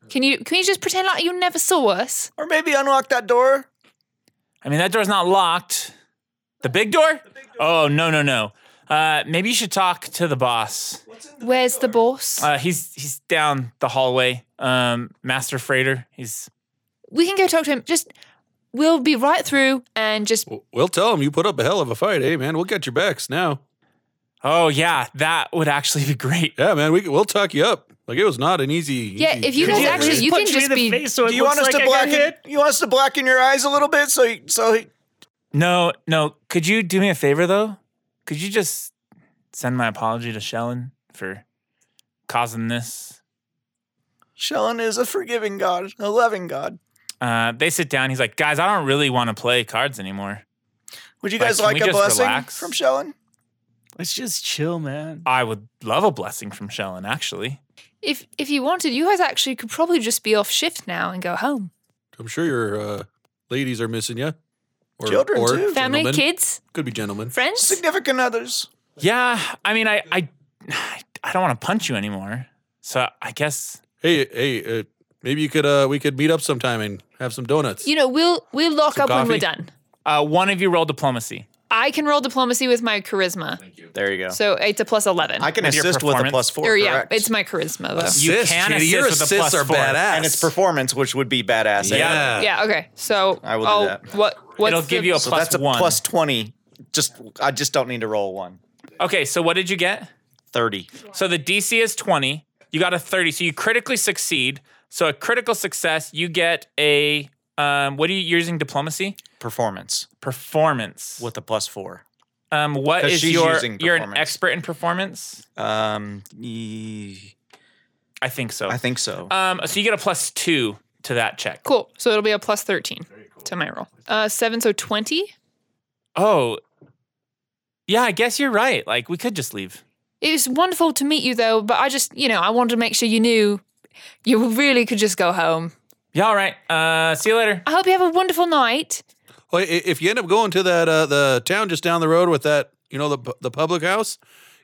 Can you? Can we just pretend like you never saw us?
Or maybe unlock that door.
I mean, that door's not locked. The big door? Oh, no, no, no. Uh, maybe you should talk to the boss.
Where's the boss?
Uh, he's he's down the hallway. Um, Master Freighter. He's
we can go talk to him. Just we'll be right through, and just
W- We'll tell him you put up a hell of a fight, hey man. We'll get your backs now.
oh yeah, that would actually be great.
Yeah, man. We c- we'll tuck you up. Like it was not an easy.
Yeah,
easy
if you guys
journey.
actually- you
punch me
can just
in the
be-
Face so it
Do you
looks
want us
like
to
I got
blacken?
hit.
You want us to blacken your eyes a little bit so he, so he,
No, no. Could you do me a favor though? Could you just send my apology to Shellen for causing this?
Shellon is a forgiving God, a loving God.
Uh, they sit down. He's like, guys, I don't really want to play cards anymore.
Would you
Like,
guys
can we
like, a
just
blessing
relax?
from Shellon?
Let's just chill, man.
I would love a blessing from Shellen, actually.
if if you wanted, you guys actually could probably just be off shift now and go home.
I'm sure your uh, ladies are missing you. Or,
Children, too.
Family,
gentlemen.
kids,
Could be gentlemen.
friends.
Significant
<laughs>
others.
Yeah, I mean, I I I don't want to punch you anymore. So I guess
Hey, hey. Uh, maybe you could. Uh, we could meet up sometime and have some donuts.
You know, we'll we'll lock
Some
up when we're
coffee?
done.
uh, one of you roll diplomacy.
I can roll diplomacy with my charisma,
There you go.
so it's a plus eleven.
I can
With your
assist with a
performance?
plus four.
or yeah,
correct.
it's my charisma though.
You can
kitty, your
assist with a
assists
plus
are
four.
badass.
and it's performance, which would be badass. eh?
Yeah.
Yeah. Okay. So
I will do
I'll-
that.
Oh, What? What's
It'll give
the-
you a
So
plus
that's a
one.
plus twenty. Just I just don't need to roll one.
Okay, so what did you get?
Thirty.
So the DC is 20. You got a 30. So you critically succeed. So a critical success, you get a um, what are you you're using diplomacy?
Performance
Performance.
with a plus four.
um what
'cause
is
she's
your
using
you're an
performance.
expert in performance?
Um, e-
I think so.
I think so.
um so you get a plus 2 to that check.
Cool. So it'll be a plus thirteen to my roll. Uh, seven. So twenty.
Oh. Yeah, I guess you're right. Like we could just leave.
It was wonderful to meet you, though. But I just, you know, I wanted to make sure you knew you really could just go home.
Yeah, all right. Uh, see you later.
I hope you have a wonderful night.
Well, i- if you end up going to that uh, the town just down the road with that, you know, the pu- the public house,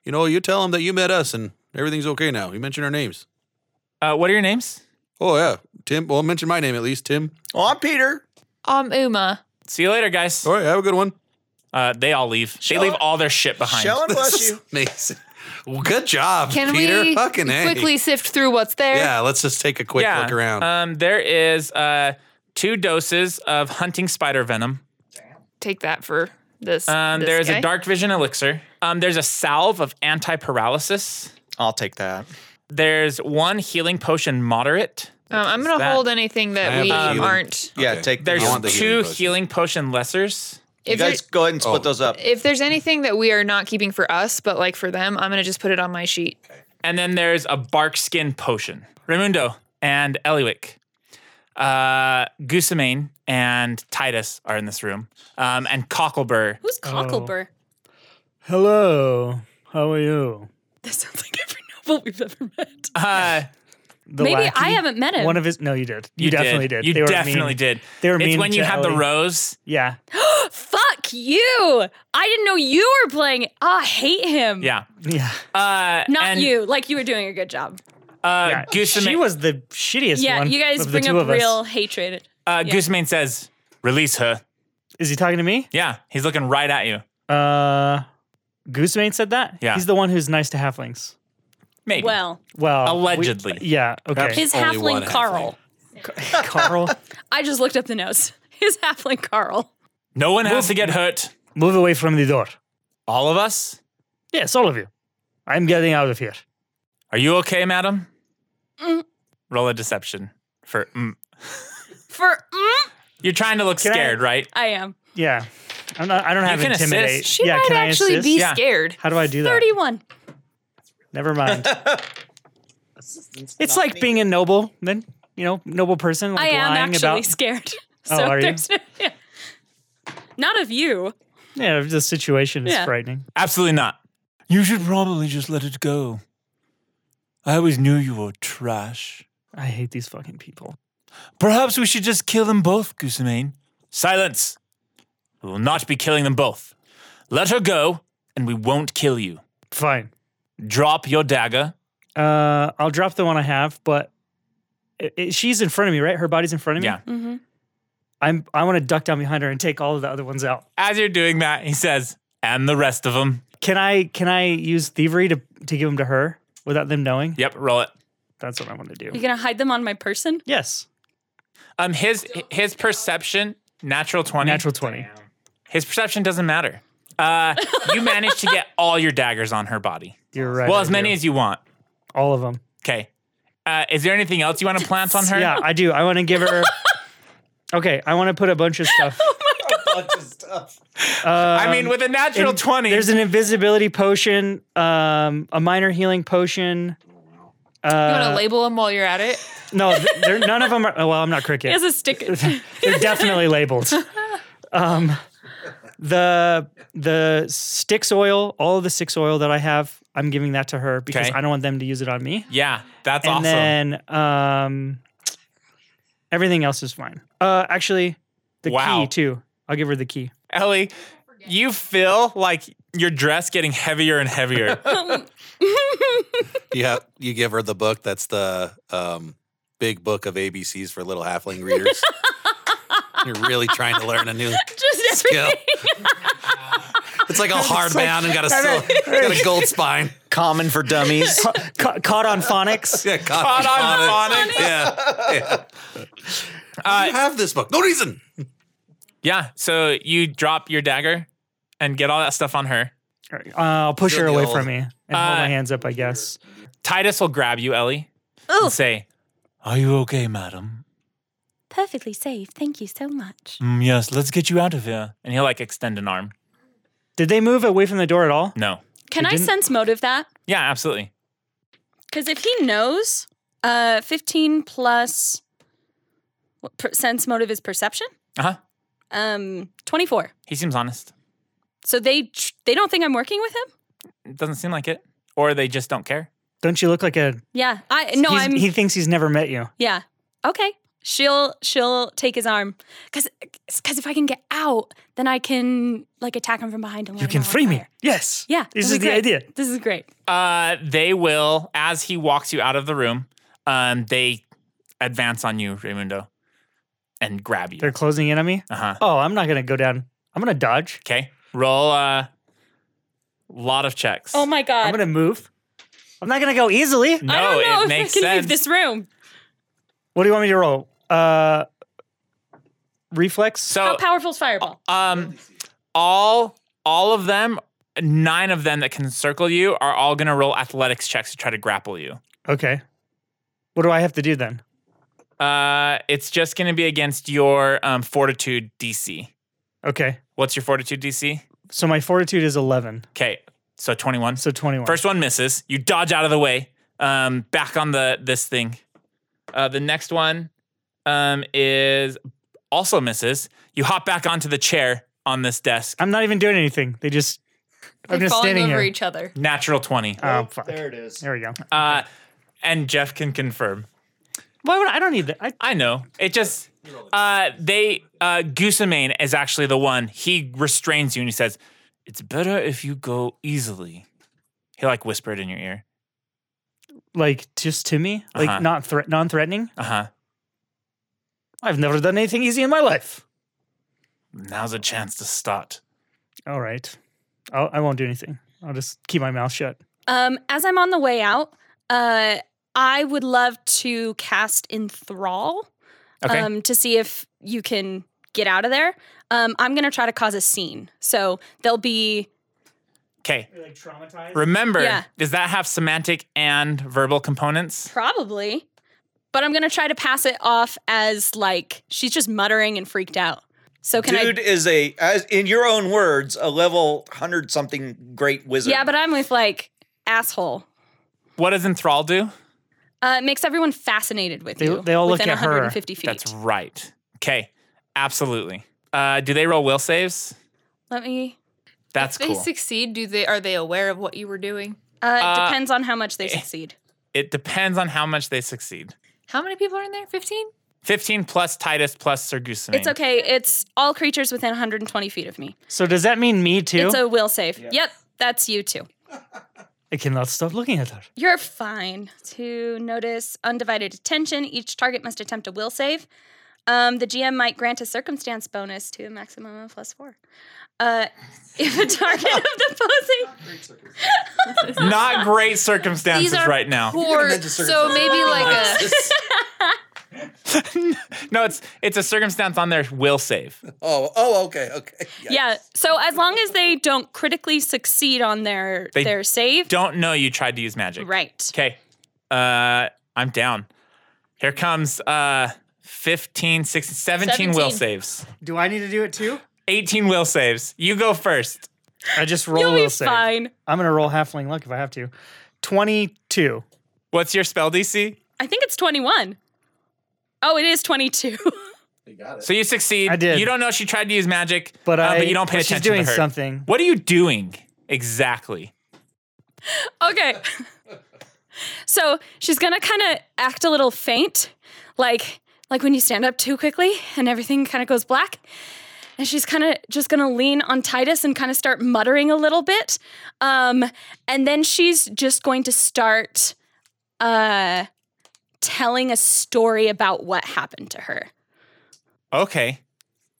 you know, you tell them that you met us and everything's okay now. You mention our names.
Uh, what are your names?
Oh yeah, Tim. Well, mention my name at least, Tim.
Well, I'm Peter.
I'm Um, Uma.
See you later, guys.
All right, have a good one.
Uh, they all leave. They leave all their shit behind.
Shell
<laughs>
and bless you.
Amazing. Well, good job,
Can
Peter.
we
Fucking A.
quickly sift through what's there?
Yeah, let's just take a quick
yeah.
look around.
Um, there is uh, two doses of hunting spider venom.
Take that for this.
Um,
this
there is
guy.
a dark vision elixir. Um, there's a salve of anti paralysis.
I'll take that.
There's one healing potion moderate.
Um, I'm gonna
that?
hold anything
I
that
have
we
the healing.
aren't.
Yeah,
Okay.
take.
There's
I want
There's
the
two
healing potion.
healing potion lessers.
you
If, there-
guys go ahead and split
Oh.
those up.
if there's anything that we are not keeping for us, but like for them, I'm gonna just put it on my sheet.
And then there's a bark skin potion. Raimundo and Eliwick, uh, Gusamane and Titus are in this room, um, and Cocklebur.
Who's
Oh.
Cocklebur?
Hello. How are you?
That sounds like every noble we've ever met.
Uh,
The
Maybe
lackey?
I haven't met him.
One of his. No, you did. You, definitely did.
You
They were mean.
definitely did.
They were
It's
mean
when
to
you had the
Ellie.
rose.
Yeah.
Fuck you! I didn't know you were playing. it. Ah, I hate him.
Yeah.
Yeah.
Uh,
Not
and,
you. Like you were doing a good job.
Uh,
yeah.
Gusamane.
She was the shittiest
Yeah,
one.
you guys
of
bring
the two
up
of us.
real hatred.
Uh,
Yeah.
Goosemane says, "Release her."
Is he talking to me?
Yeah, he's looking right at you.
Uh, Goosemane said that.
Yeah.
He's the one who's nice to halflings.
Maybe.
Well,
Well, we-
Allegedly.
yeah. Okay.
his
Only one
halfling Carl.
Carl,
<laughs> I just looked up the notes. <laughs> His halfling Carl.
no one has to get hurt.
move away from the door.
All of us.
Yes, all of you. I'm getting out of here.
Are you okay, madam?
Mm.
Roll a deception for. Mm.
For mm,
You're trying to look
Can I-
scared, right?
I am
Yeah. I'm not, I don't have
can
intimidate.
assist.
She
yeah.
might
can I
actually
assist?
be
Yeah.
scared.
How do I do that?
thirty-one.
Never
<laughs>
mind. it's like being a noble, then you know, noble person. Like
I am
lying
actually
about
scared. <laughs>
Oh,
So
are you?
there's yeah. Not of you.
yeah, the situation is
Yeah.
frightening.
Absolutely not. You should probably just let it go. I always knew you were trash.
I hate these fucking people.
Perhaps we should just kill them both, Gusamane. Silence. We will not be killing them both. Let her go, and we won't kill you.
Fine.
Drop your dagger.
Uh, I'll drop the one I have, but it, it- she's in front of me, right? Her body's in front of me.
Yeah.
Mm-hmm.
I'm. I want to duck down behind her and take all of the other ones out.
As you're doing that, he says, and the rest of them.
Can I? Can I use thievery to to give them to her without them knowing?
Yep, roll it.
That's what I want to do.
You're gonna hide them on my person?
yes.
Um, his his perception, natural twenty.
Natural twenty.
His perception doesn't matter. Uh, you manage to get all your daggers on her body.
You're right.
well,
I
as many
do.
as you want.
all of them.
Okay. Uh, is there anything else you want to plant on her?
Yeah, I do. I want to give
<laughs>
her. okay, I want to put a bunch of
<laughs>
stuff.
Oh
Um,
I mean, with a natural
in-
twenty,
There's an invisibility potion, um, a minor healing potion.
You
Uh,
wanna label them while you're at it?
no, th- they're, none of them are. oh, Well, I'm not cricket.
He has a stick.
<laughs> They're definitely labeled. Um, the the sticks oil, all of the sticks oil that I have, I'm giving that to her because
Okay.
I don't want them to use it on me.
yeah, that's
and
awesome.
then um, everything else is fine. Uh, actually, the
Wow.
key too. I'll give her the key.
Ellie, you feel like your dress getting heavier and heavier.
<laughs>
<laughs>
yeah, you give her the book. That's the um, big book of ABCs for little halfling readers. You're really trying to learn a new
<laughs> Just
skill. <laughs> it's like a hardbound and got a, sil- got a gold spine.
Common for dummies.
Ca- caught on phonics.
<laughs> Yeah, caught,
Caught on
on it. Yeah, yeah. you have this book. No reason.
Uh, yeah. So you drop your dagger and get all that stuff on her.
Uh, I'll push
Doing
her
the
away
old-
from me and
Uh,
hold my hands up. I guess.
Titus will grab you, Ellie, and say, "Are you okay, madam?"
Perfectly safe. Thank you so much.
Mm, yes, let's get you out of here. And he'll like extend an arm.
Did they move away from the door at all?
No.
Can I
didn't-
sense motive that?
Yeah, absolutely.
Because if he knows, uh, fifteen plus what per- sense motive is perception.
Uh huh.
Um, twenty-four.
He seems honest.
So they tr- they don't think I'm working with him.
It doesn't seem like it. Or they just don't care.
Don't you look like a?
Yeah, I no,
he's-
I'm.
He thinks he's never met you.
yeah, okay. She'll she'll take his arm because because if I can get out, then I can like attack him from behind and
You
light
can
him on
free me.
fire.
Yes.
Yeah,
This
that'd
is
be
the
great.
idea.
This is great.
Uh, they will, as he walks you out of the room, um, they advance on you, Raimundo, and grab you.
They're closing in on me.
Uh huh.
Oh, I'm not gonna go down. I'm gonna dodge.
Okay. Roll a lot of checks.
Oh my god!
I'm gonna move. I'm not gonna go easily.
no,
I don't know
it
if
makes
I can
sense.
leave this room.
What do you want me to roll? Uh, reflex.
How
so,
powerful is fireball?
um, all all of them, nine of them that can circle you are all gonna roll athletics checks to try to grapple you.
okay. What do I have to do then?
Uh, it's just gonna be against your um, fortitude DC.
Okay.
What's your fortitude DC?
So my fortitude is 11.
Okay, so twenty one.
So 21.
First one misses. You dodge out of the way. Um, back on the this thing. Uh, the next one um, is also misses. You hop back onto the chair on this desk.
I'm not even doing anything. They just. I'm
They're
just
falling
standing
over
here.
each other.
Natural twenty.
Oh fuck!
There it is.
There we go.
Uh, and Jeff can confirm.
Why would I, I don't need that? I,
I know. It just uh, they uh, Gusamane is actually the one. He restrains you and he says, "It's better if you go easily." He like whispered in your ear.
like just to me, like
Uh-huh.
not thre- non-threatening.
Uh huh.
I've never done anything easy in my life.
Now's a chance to start.
All right, I'll, I won't do anything. I'll just keep my mouth shut.
Um, as I'm on the way out, uh, I would love to cast enthrall.
Okay.
um, to see if you can get out of there. Um, I'm gonna try to cause a scene. So there'll be
Okay. Remember,
Yeah.
does that have semantic and verbal components?
probably, but I'm gonna try to pass it off as like she's just muttering and freaked out. So can
Dude is a, as in your own words, a level hundred something great
I?
wizard.
Yeah, but I'm with like asshole.
What does enthrall do?
Uh, it makes everyone fascinated with
They-
you.
they all look
within
at her.
150 feet.
That's right. Okay. Absolutely. Uh, do they roll will saves?
Let me.
That's
if they
cool.
succeed, do they are they aware of what you were doing?
Uh, it
Uh,
depends on how much they succeed.
it depends on how much they succeed.
How many people are in there? Fifteen?
15 plus Titus plus Sir Gusamane.
It's okay. It's all creatures within 120 feet of me.
So does that mean me too?
It's a will save. yep, that's you too.
I cannot stop looking at her.
You're fine. To notice undivided attention, each target must attempt a will save. Um, the GM might grant a circumstance bonus to a maximum of plus four. <laughs> Uh, if a target of the opposing, <laughs>
Not great circumstances
These are
right now.
Poor. So maybe like a
<laughs> No, it's it's a circumstance on their will save.
Oh, oh, okay, okay.
<laughs> yeah. So as long as they don't critically succeed on their
They
their save,
Don't know you tried to use magic.
right?
Okay. Uh, I'm down. Here comes uh 15, 16, 17, will
17.
saves.
Do I need to do it too?
18 will saves. You go first.
I just roll
You'll
a
be
will save.
fine.
I'm gonna roll halfling luck if I have to. 22.
What's your spell DC?
I think it's twenty one. Oh, it is twenty two. <laughs>
So you succeed.
I did.
You don't know she tried to use magic,
But
uh,
I.
but you don't pay
but
attention
She's doing
to her.
something.
What are you doing exactly?
Okay. so she's gonna kind of act a little faint, like like when you stand up too quickly and everything kind of goes black. And she's kind of just gonna lean on Titus and kind of start muttering a little bit, um, and then she's just going to start uh, telling a story about what happened to her.
Okay.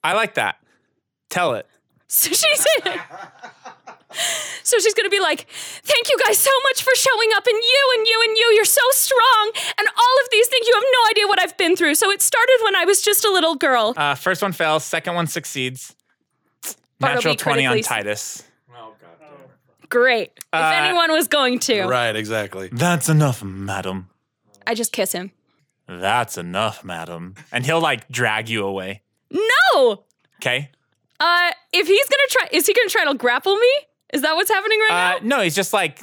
I like that. Tell it.
So she's So she's gonna be like, "Thank you guys so much for showing up, and you and you and you. You're so strong, and all of these things. You have no idea what I've been through. So it started when I was just a little girl.
Uh, first one fails, second one succeeds.
Bartleby
Natural 20 on
critically-
Titus.
Great. If
Uh,
anyone was going to,
Right, exactly.
That's enough, madam.
I just kiss him.
That's enough, madam. And he'll like drag you away.
No.
Okay?
Uh, if he's gonna try, is he gonna try to grapple me? Is that what's happening right
Uh,
now?
no, he's just like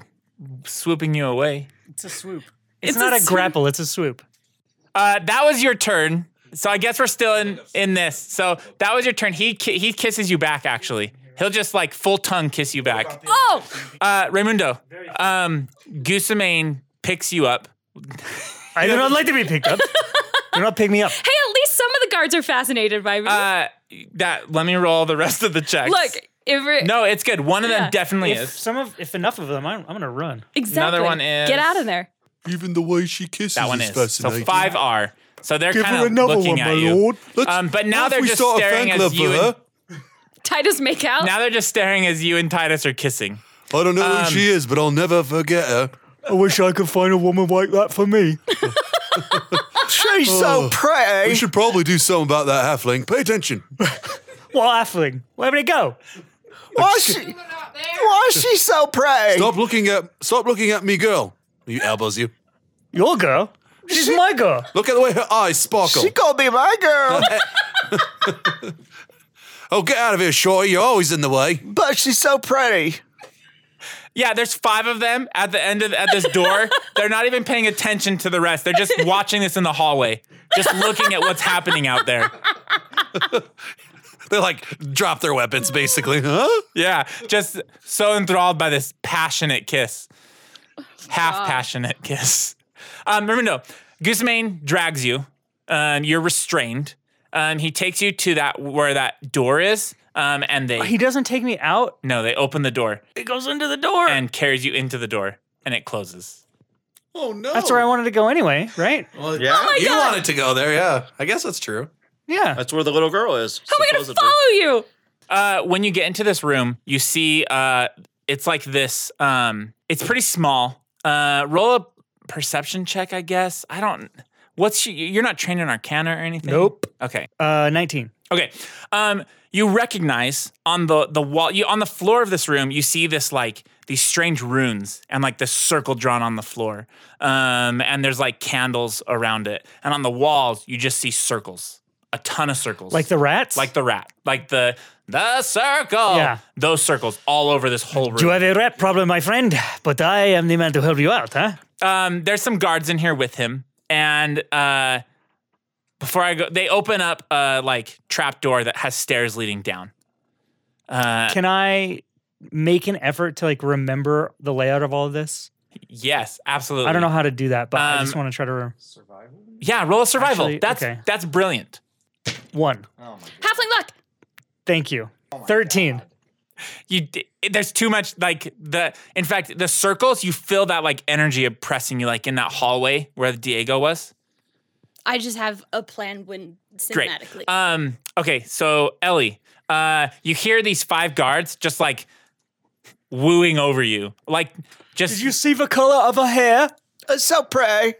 swooping you away.
It's a swoop. It's,
It's a
not a,
swoop.
grapple. It's a swoop.
Uh, that was your turn. So I guess we're still in in this. So that was your turn. He ki- he kisses you back actually. He'll just like full tongue kiss you back.
Oh,
Uh, Raimundo, um, Guzmán picks you up.
I do not like to be picked
<laughs>
up. do not pick me up.
hey, at least some of the guards are fascinated by me.
Uh, that let me roll the rest of the checks.
Look, if we're,
no, it's good. One of
Yeah.
them definitely
If
is.
some of, if enough of them, I'm, I'm gonna run.
exactly.
one is-
get out of there.
Even the way she kisses
That one
is
is. So
fascinating.
five are. So they're
Give her
kind of
another
looking
one,
at
my
you.
lord. Let's-
Um, but now
what if
they're
we
just
start a fan
staring
club
as you.
for
And,
her?
Titus, make out.
now they're just staring as you and Titus are kissing. Um,
I don't know who she is, but I'll never forget her.
I wish I could find a woman like that for me.
She's so
Oh, We
pretty.
should probably do something about that halfling. Pay attention.
<laughs> Well, Affling, where did it go?
Why she? Why is she so pretty?
Stop looking at stop looking at me, girl. He elbows you.
Your girl. She's my girl.
Look at the way her eyes sparkle.
She gonna be my girl,
<laughs> oh, get out of here, shorty. You're always in the way.
but she's so pretty.
Yeah, there's five of them at the end of at this door. they're not even paying attention to the rest. They're just watching this in the hallway, just looking at what's happening out there.
<laughs> They like drop their weapons, basically. Huh?
Yeah, just so enthralled by this passionate kiss, half passionate <laughs> kiss. Um, Raimundo, Guzman drags you. Um, you're restrained. Um, he takes you to that where that door is, um, and they
He doesn't take me out.
no, they open the door
It goes into the door.
and carries you into the door, and it closes.
Oh no.
That's where I wanted to go anyway, right?
Well,
oh
Yeah.
you wanted to go there, yeah. I guess that's true.
Yeah.
That's where the little girl is.
How am I gonna
supposedly.
follow you?
Uh, when you get into this room, you see uh, it's like this. Um, it's pretty small. Uh, roll a perception check, I guess. I don't. What's your, you're not trained in Arcana or anything?
Nope.
Okay.
Uh, 19.
Okay. Um, you recognize on the the wall, you on the floor of this room, you see this like these strange runes and like this circle drawn on the floor. Um, and there's like candles around it, and on the walls you just see circles, a ton of circles,
Like the rats?
like the rat, like the the circle.
Yeah.
Those circles all over this whole room.
You have a rat problem, my friend, but I am the man to help you out, huh?
um, there's some guards in here with him, and uh, before I go, they open up a like trap door that has stairs leading down. Uh,
Can I make an effort to like remember the layout of all of this?
yes, absolutely.
I don't know how to do that, but I just
Um,
want to try to remember.
Yeah, roll a survival.
Actually,
that's
okay.
that's brilliant.
One.
Halfling luck.
Thank you. 13.
You d- there's too much like the in fact the circles you feel that like energy oppressing you like in that hallway where Diego was.
I just have a plan when
Great.
cinematically.
Um. Okay. So Ellie, uh, you hear these five guards just like wooing over you, like just
Did you see the color of her hair? It's so pretty.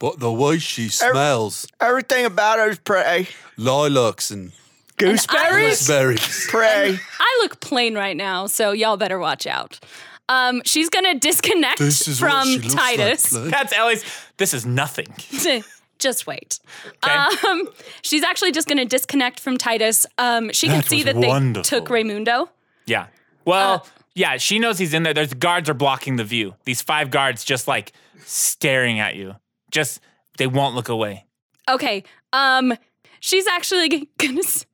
But the way she smells,
Everything about her is pretty.
lilacs and
Gooseberries.
berries.
Pretty.
I look plain right now, so y'all better watch out. Um, she's gonna disconnect
This is what she
from
looks
Titus.
Like, Blake.
that's Ellie's. This is nothing.
<laughs> just wait.
Okay.
Um, she's actually just gonna disconnect from Titus. Um, she can
That
see
was
that
wonderful.
they took Raymundo.
Yeah. Well,
Uh,
yeah, she knows he's in there. There's guards are blocking the view. These five guards just like staring at you. Just they won't look away.
Okay. Um, she's actually g- gonna. s-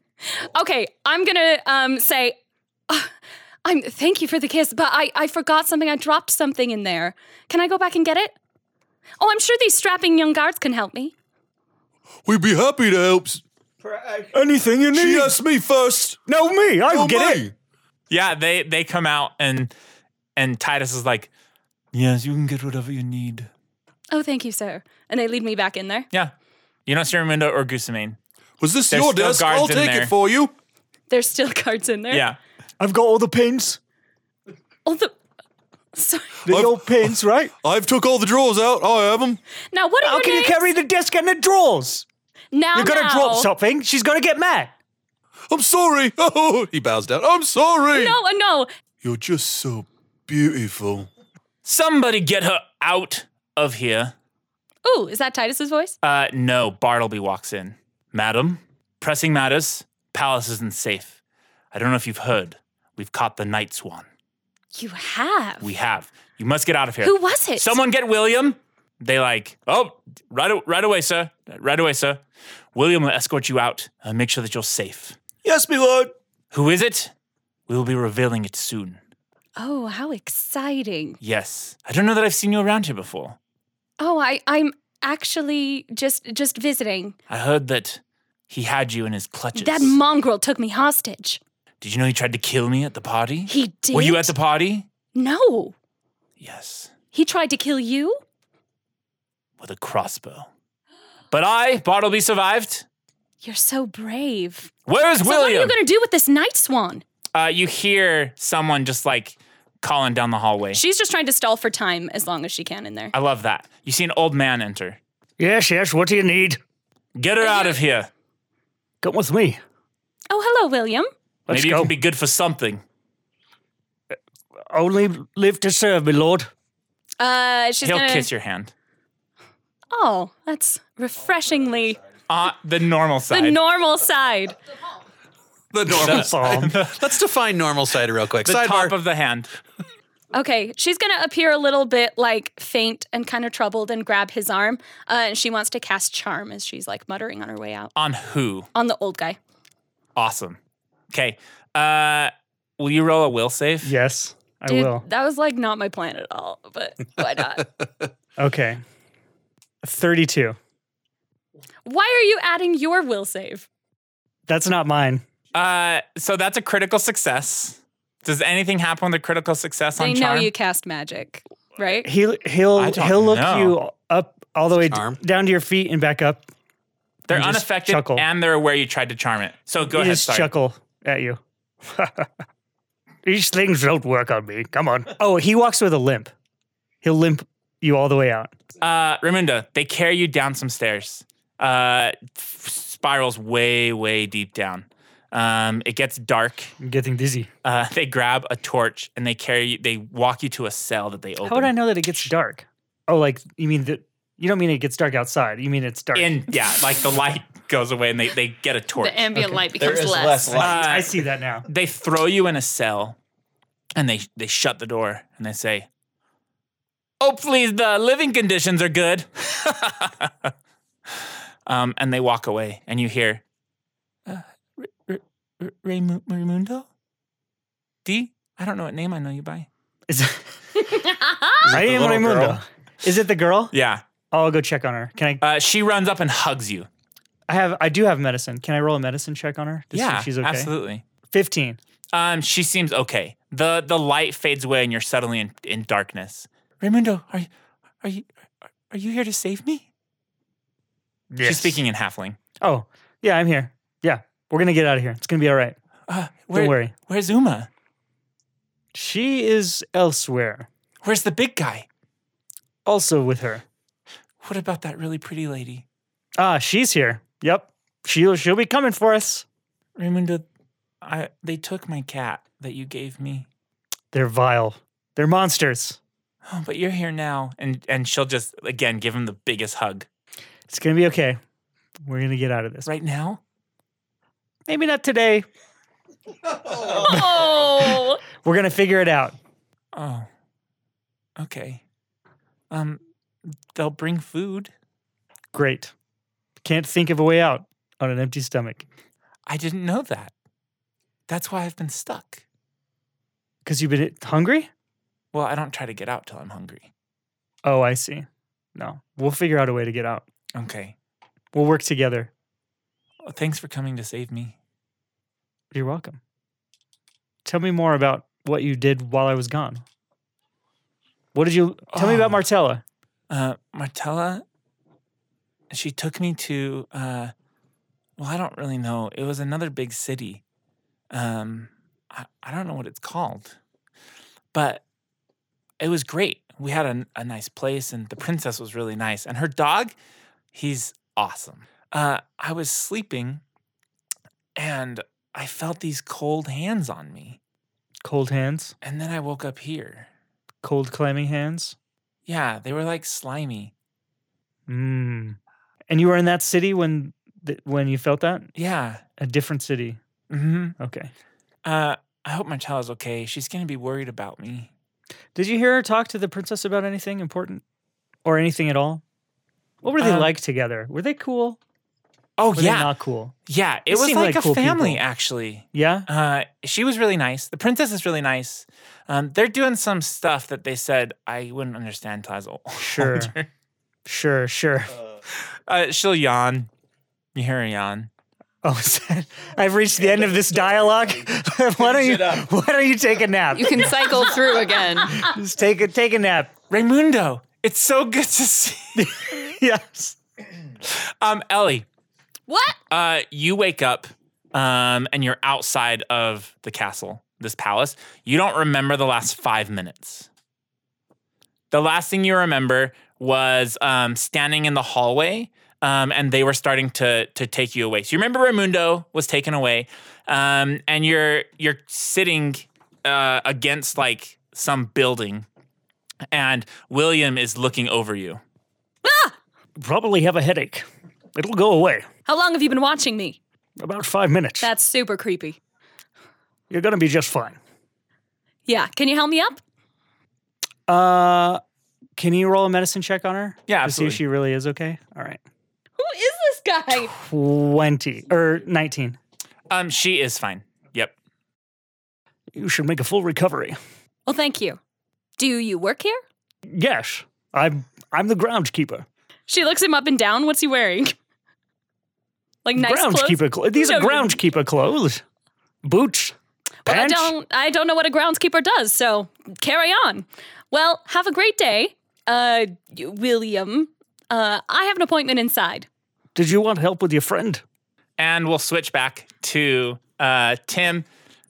Okay, I'm gonna um say, "Uh, I'm thank you for the kiss, but I I forgot something. I dropped something in there. Can I go back and get it? Oh, I'm sure these strapping young guards can help me.
We'd be happy to help. She
Anything you
asked me first.
No, me. I
Oh,
will get
me.
it.
Yeah, they they come out and and Titus is like, "Yes, you can get whatever you need."
Oh, thank you, sir. And they lead me back in there.
Yeah. You don't see Raimundo or Guzmán.
Was this
There's
your
still
desk?
guards
I'll
in
take
there.
it for you.
There's still <laughs> guards in there.
Yeah.
I've got all the pins.
All the. Sorry.
The
I've-
old pins, right?
I've took all the drawers out. I have them.
Now what are
How
your
can you
names?
carry the desk and the drawers?
now
You're gonna
now.
drop something. She's gonna get mad.
I'm sorry. <laughs> Oh, he bows down. I'm sorry.
No, uh, no.
You're just so beautiful.
Somebody get her out of here.
Ooh, is that Titus's voice?
Uh, no, Bartleby walks in. Madam, pressing matters, palace isn't safe. I don't know if you've heard. We've caught the night swan.
You have.
We have. You must get out of here.
Who was it?
Someone get William. They like, oh, right, a- right away, sir. Right away, sir. William will escort you out and make sure that you're safe.
yes, me lord.
Who is it? We will be revealing it soon.
Oh, how exciting.
Yes. I don't know that I've seen you around here before.
Oh, I I'm actually just just visiting.
I heard that he had you in his clutches.
That mongrel took me hostage.
Did you know he tried to kill me at the party?
He did.
Were you at the party?
No.
Yes,
He tried to kill you?
with a crossbow. But I, Bartleby, survived.
You're so brave.
Where's
So what are
William?
you going to do with this night swan?
uh, you hear someone just like calling down the hallway.
She's just trying to stall for time as long as she can in there.
I love that. You see an old man enter.
Yes, yes. What do you need?
Get her out of here.
Come with me.
Oh, hello, William.
Let's
Maybe
go.
it can be good for something.
Uh,
Only live to serve, my lord.
Uh, she's
He'll
gonna.
kiss your hand.
Oh, that's refreshingly
Uh, the normal side.
the normal side.
The
<laughs>
normal side. Let's define normal side real quick.
the
Sidebar.
top of the hand.
Okay, she's gonna appear a little bit like faint and kind of troubled and grab his arm. Uh, and she wants to cast charm as she's like muttering on her way out
On who?
on the old guy.
Awesome. Okay. Uh, will you roll a will save?
Yes, I
Dude,
will.
that was like not my plan at all, <laughs> but why not?
<laughs>
Okay. 32.
why are you adding your will save?
That's not mine.
Uh, so that's a critical success. Does anything happen with a critical success
They
on
know
charm?
you cast magic, right?
He
<laughs>
he'll
I don't
he'll look
know.
you up all the way d-
Charm.
down to your feet and back up.
they're
you just
unaffected
chuckle.
and they're aware you tried to charm it. So go
he
ahead.
just
Sorry.
chuckle at you. <laughs>
These things don't work on me. Come on.
Oh, he walks with a limp. He'll limp you all the way out.
Uh, Ramunda, they carry you down some stairs. Uh, f- spirals way, way deep down. Um, it gets dark.
I'm getting dizzy.
Uh, <laughs> they grab a torch and they carry you. They walk you to a cell that they open.
How would I know that it gets dark? Oh, like you mean that you don't mean it gets dark outside. You mean it's dark.
In yeah, like the light goes away and they, they get a torch.
The ambient light
There
becomes
is less
less.
light.
Uh,
I see that now.
they throw you in a cell and they they shut the door and they say hopefully the living conditions are good <laughs> um, and they walk away and you hear uh, R- R- Raymu- Raymundo D I don't know what name I know you by
Is I am Raimundo. Is it the girl?
yeah
I'll go check on her. Can I?
uh, she runs up and hugs you
I have. I do have medicine. Can I roll a medicine check on her? to see if
yeah
she's okay.
absolutely
Fifteen.
um, she seems okay the the light fades away and you're suddenly in, in darkness Raymundo are you are you are you here to save me
Yes.
She's speaking in halfling.
Oh, yeah, I'm here. Yeah, we're gonna get out of here. It's gonna be all right.
Uh,
Don't worry.
Where's Uma?
She is elsewhere,
Where's the big guy?
also with her.
What about that really pretty lady?
Ah, she's here. Yep, she'll she'll be coming for us.
Raimundo, uh, I they took my cat that you gave me.
They're vile. They're monsters.
Oh, but you're here now. And and she'll just again give him the biggest hug.
It's gonna be okay. We're gonna get out of this.
Right now?
Maybe not today.
Oh,
We're gonna figure it out.
Oh. Okay. Um they'll bring food.
Great. Can't think of a way out on an empty stomach
I didn't know that. That's why I've been stuck.
because you've been hungry.
Well, I don't try to get out till I'm hungry.
Oh, I see. No, we'll figure out a way to get out.
Okay.
We'll work together.
Well, thanks for coming to save me.
You're welcome. Tell me more about what you did while I was gone. What did you tell me about
Oh.
Martella?
uh, Martella, she took me to, uh, well, I don't really know. It was another big city. Um, I, I don't know what it's called, but it was great. We had a, a nice place, and the princess was really nice. And her dog, he's awesome. Uh, I was sleeping and I felt these cold hands on me.
Cold hands,
And then I woke up here.
cold clammy hands.
Yeah, they were like slimy.
Mm. And you were in that city when th- when you felt that
Yeah.
a different city.
hmm.
Okay.
Uh, I hope my child's okay. She's gonna be worried about me.
Did you hear her talk to the princess about anything important or anything at all? What were they
Um,
like together? Were they cool?
Oh
Were they
yeah,
not cool.
Yeah,
They
it was
seem
like,
like
a
cool
family
people.
actually.
Yeah?
uh, she was really nice. The princess is really nice. Um, they're doing some stuff that they said I wouldn't understand till I was <laughs> ol-
Sure.
older.
Sure, sure. <laughs>
Uh, she'll yawn. You hear her yawn.
Oh, is that- <laughs> I've reached the end of this dialogue. <laughs> why don't you? Why don't you take a nap?
You can cycle through again.
<laughs> Just take a take a nap.
Raimundo, it's so good
<laughs>
to see.
yes.
Um, Ellie,
What?
uh, you wake up um, and you're outside of the castle, this palace. You don't remember the last five minutes. The last thing you remember was um, standing in the hallway, um, and they were starting to to take you away. So you remember Raimundo was taken away, um, and you're you're sitting uh, against like some building, and William is looking over you.
Probably have a headache. It'll go away.
How long have you been watching me?
About five minutes.
That's super creepy.
You're gonna be just fine.
Yeah. Can you help me up?
Uh, can you roll a medicine check on her?
Yeah,
To see if she really is okay. All right.
Who is this guy?
Twenty or nineteen.
Um, she is fine. Yep.
You should make a full recovery.
<sighs> Well, thank you. Do you work here?
Yes, I'm. I'm the groundskeeper.
She looks him up and down. What's he wearing? <laughs> Like nice
groundskeeper.
clothes.
Cl- these are
No,
groundskeeper clothes. Boots.
Well, I
Pants.
don't. I don't know what a groundskeeper does. So carry on. Well, have a great day, uh, William. Uh, I have an appointment inside.
Did you want help with your friend?
And we'll switch back to uh, Tim,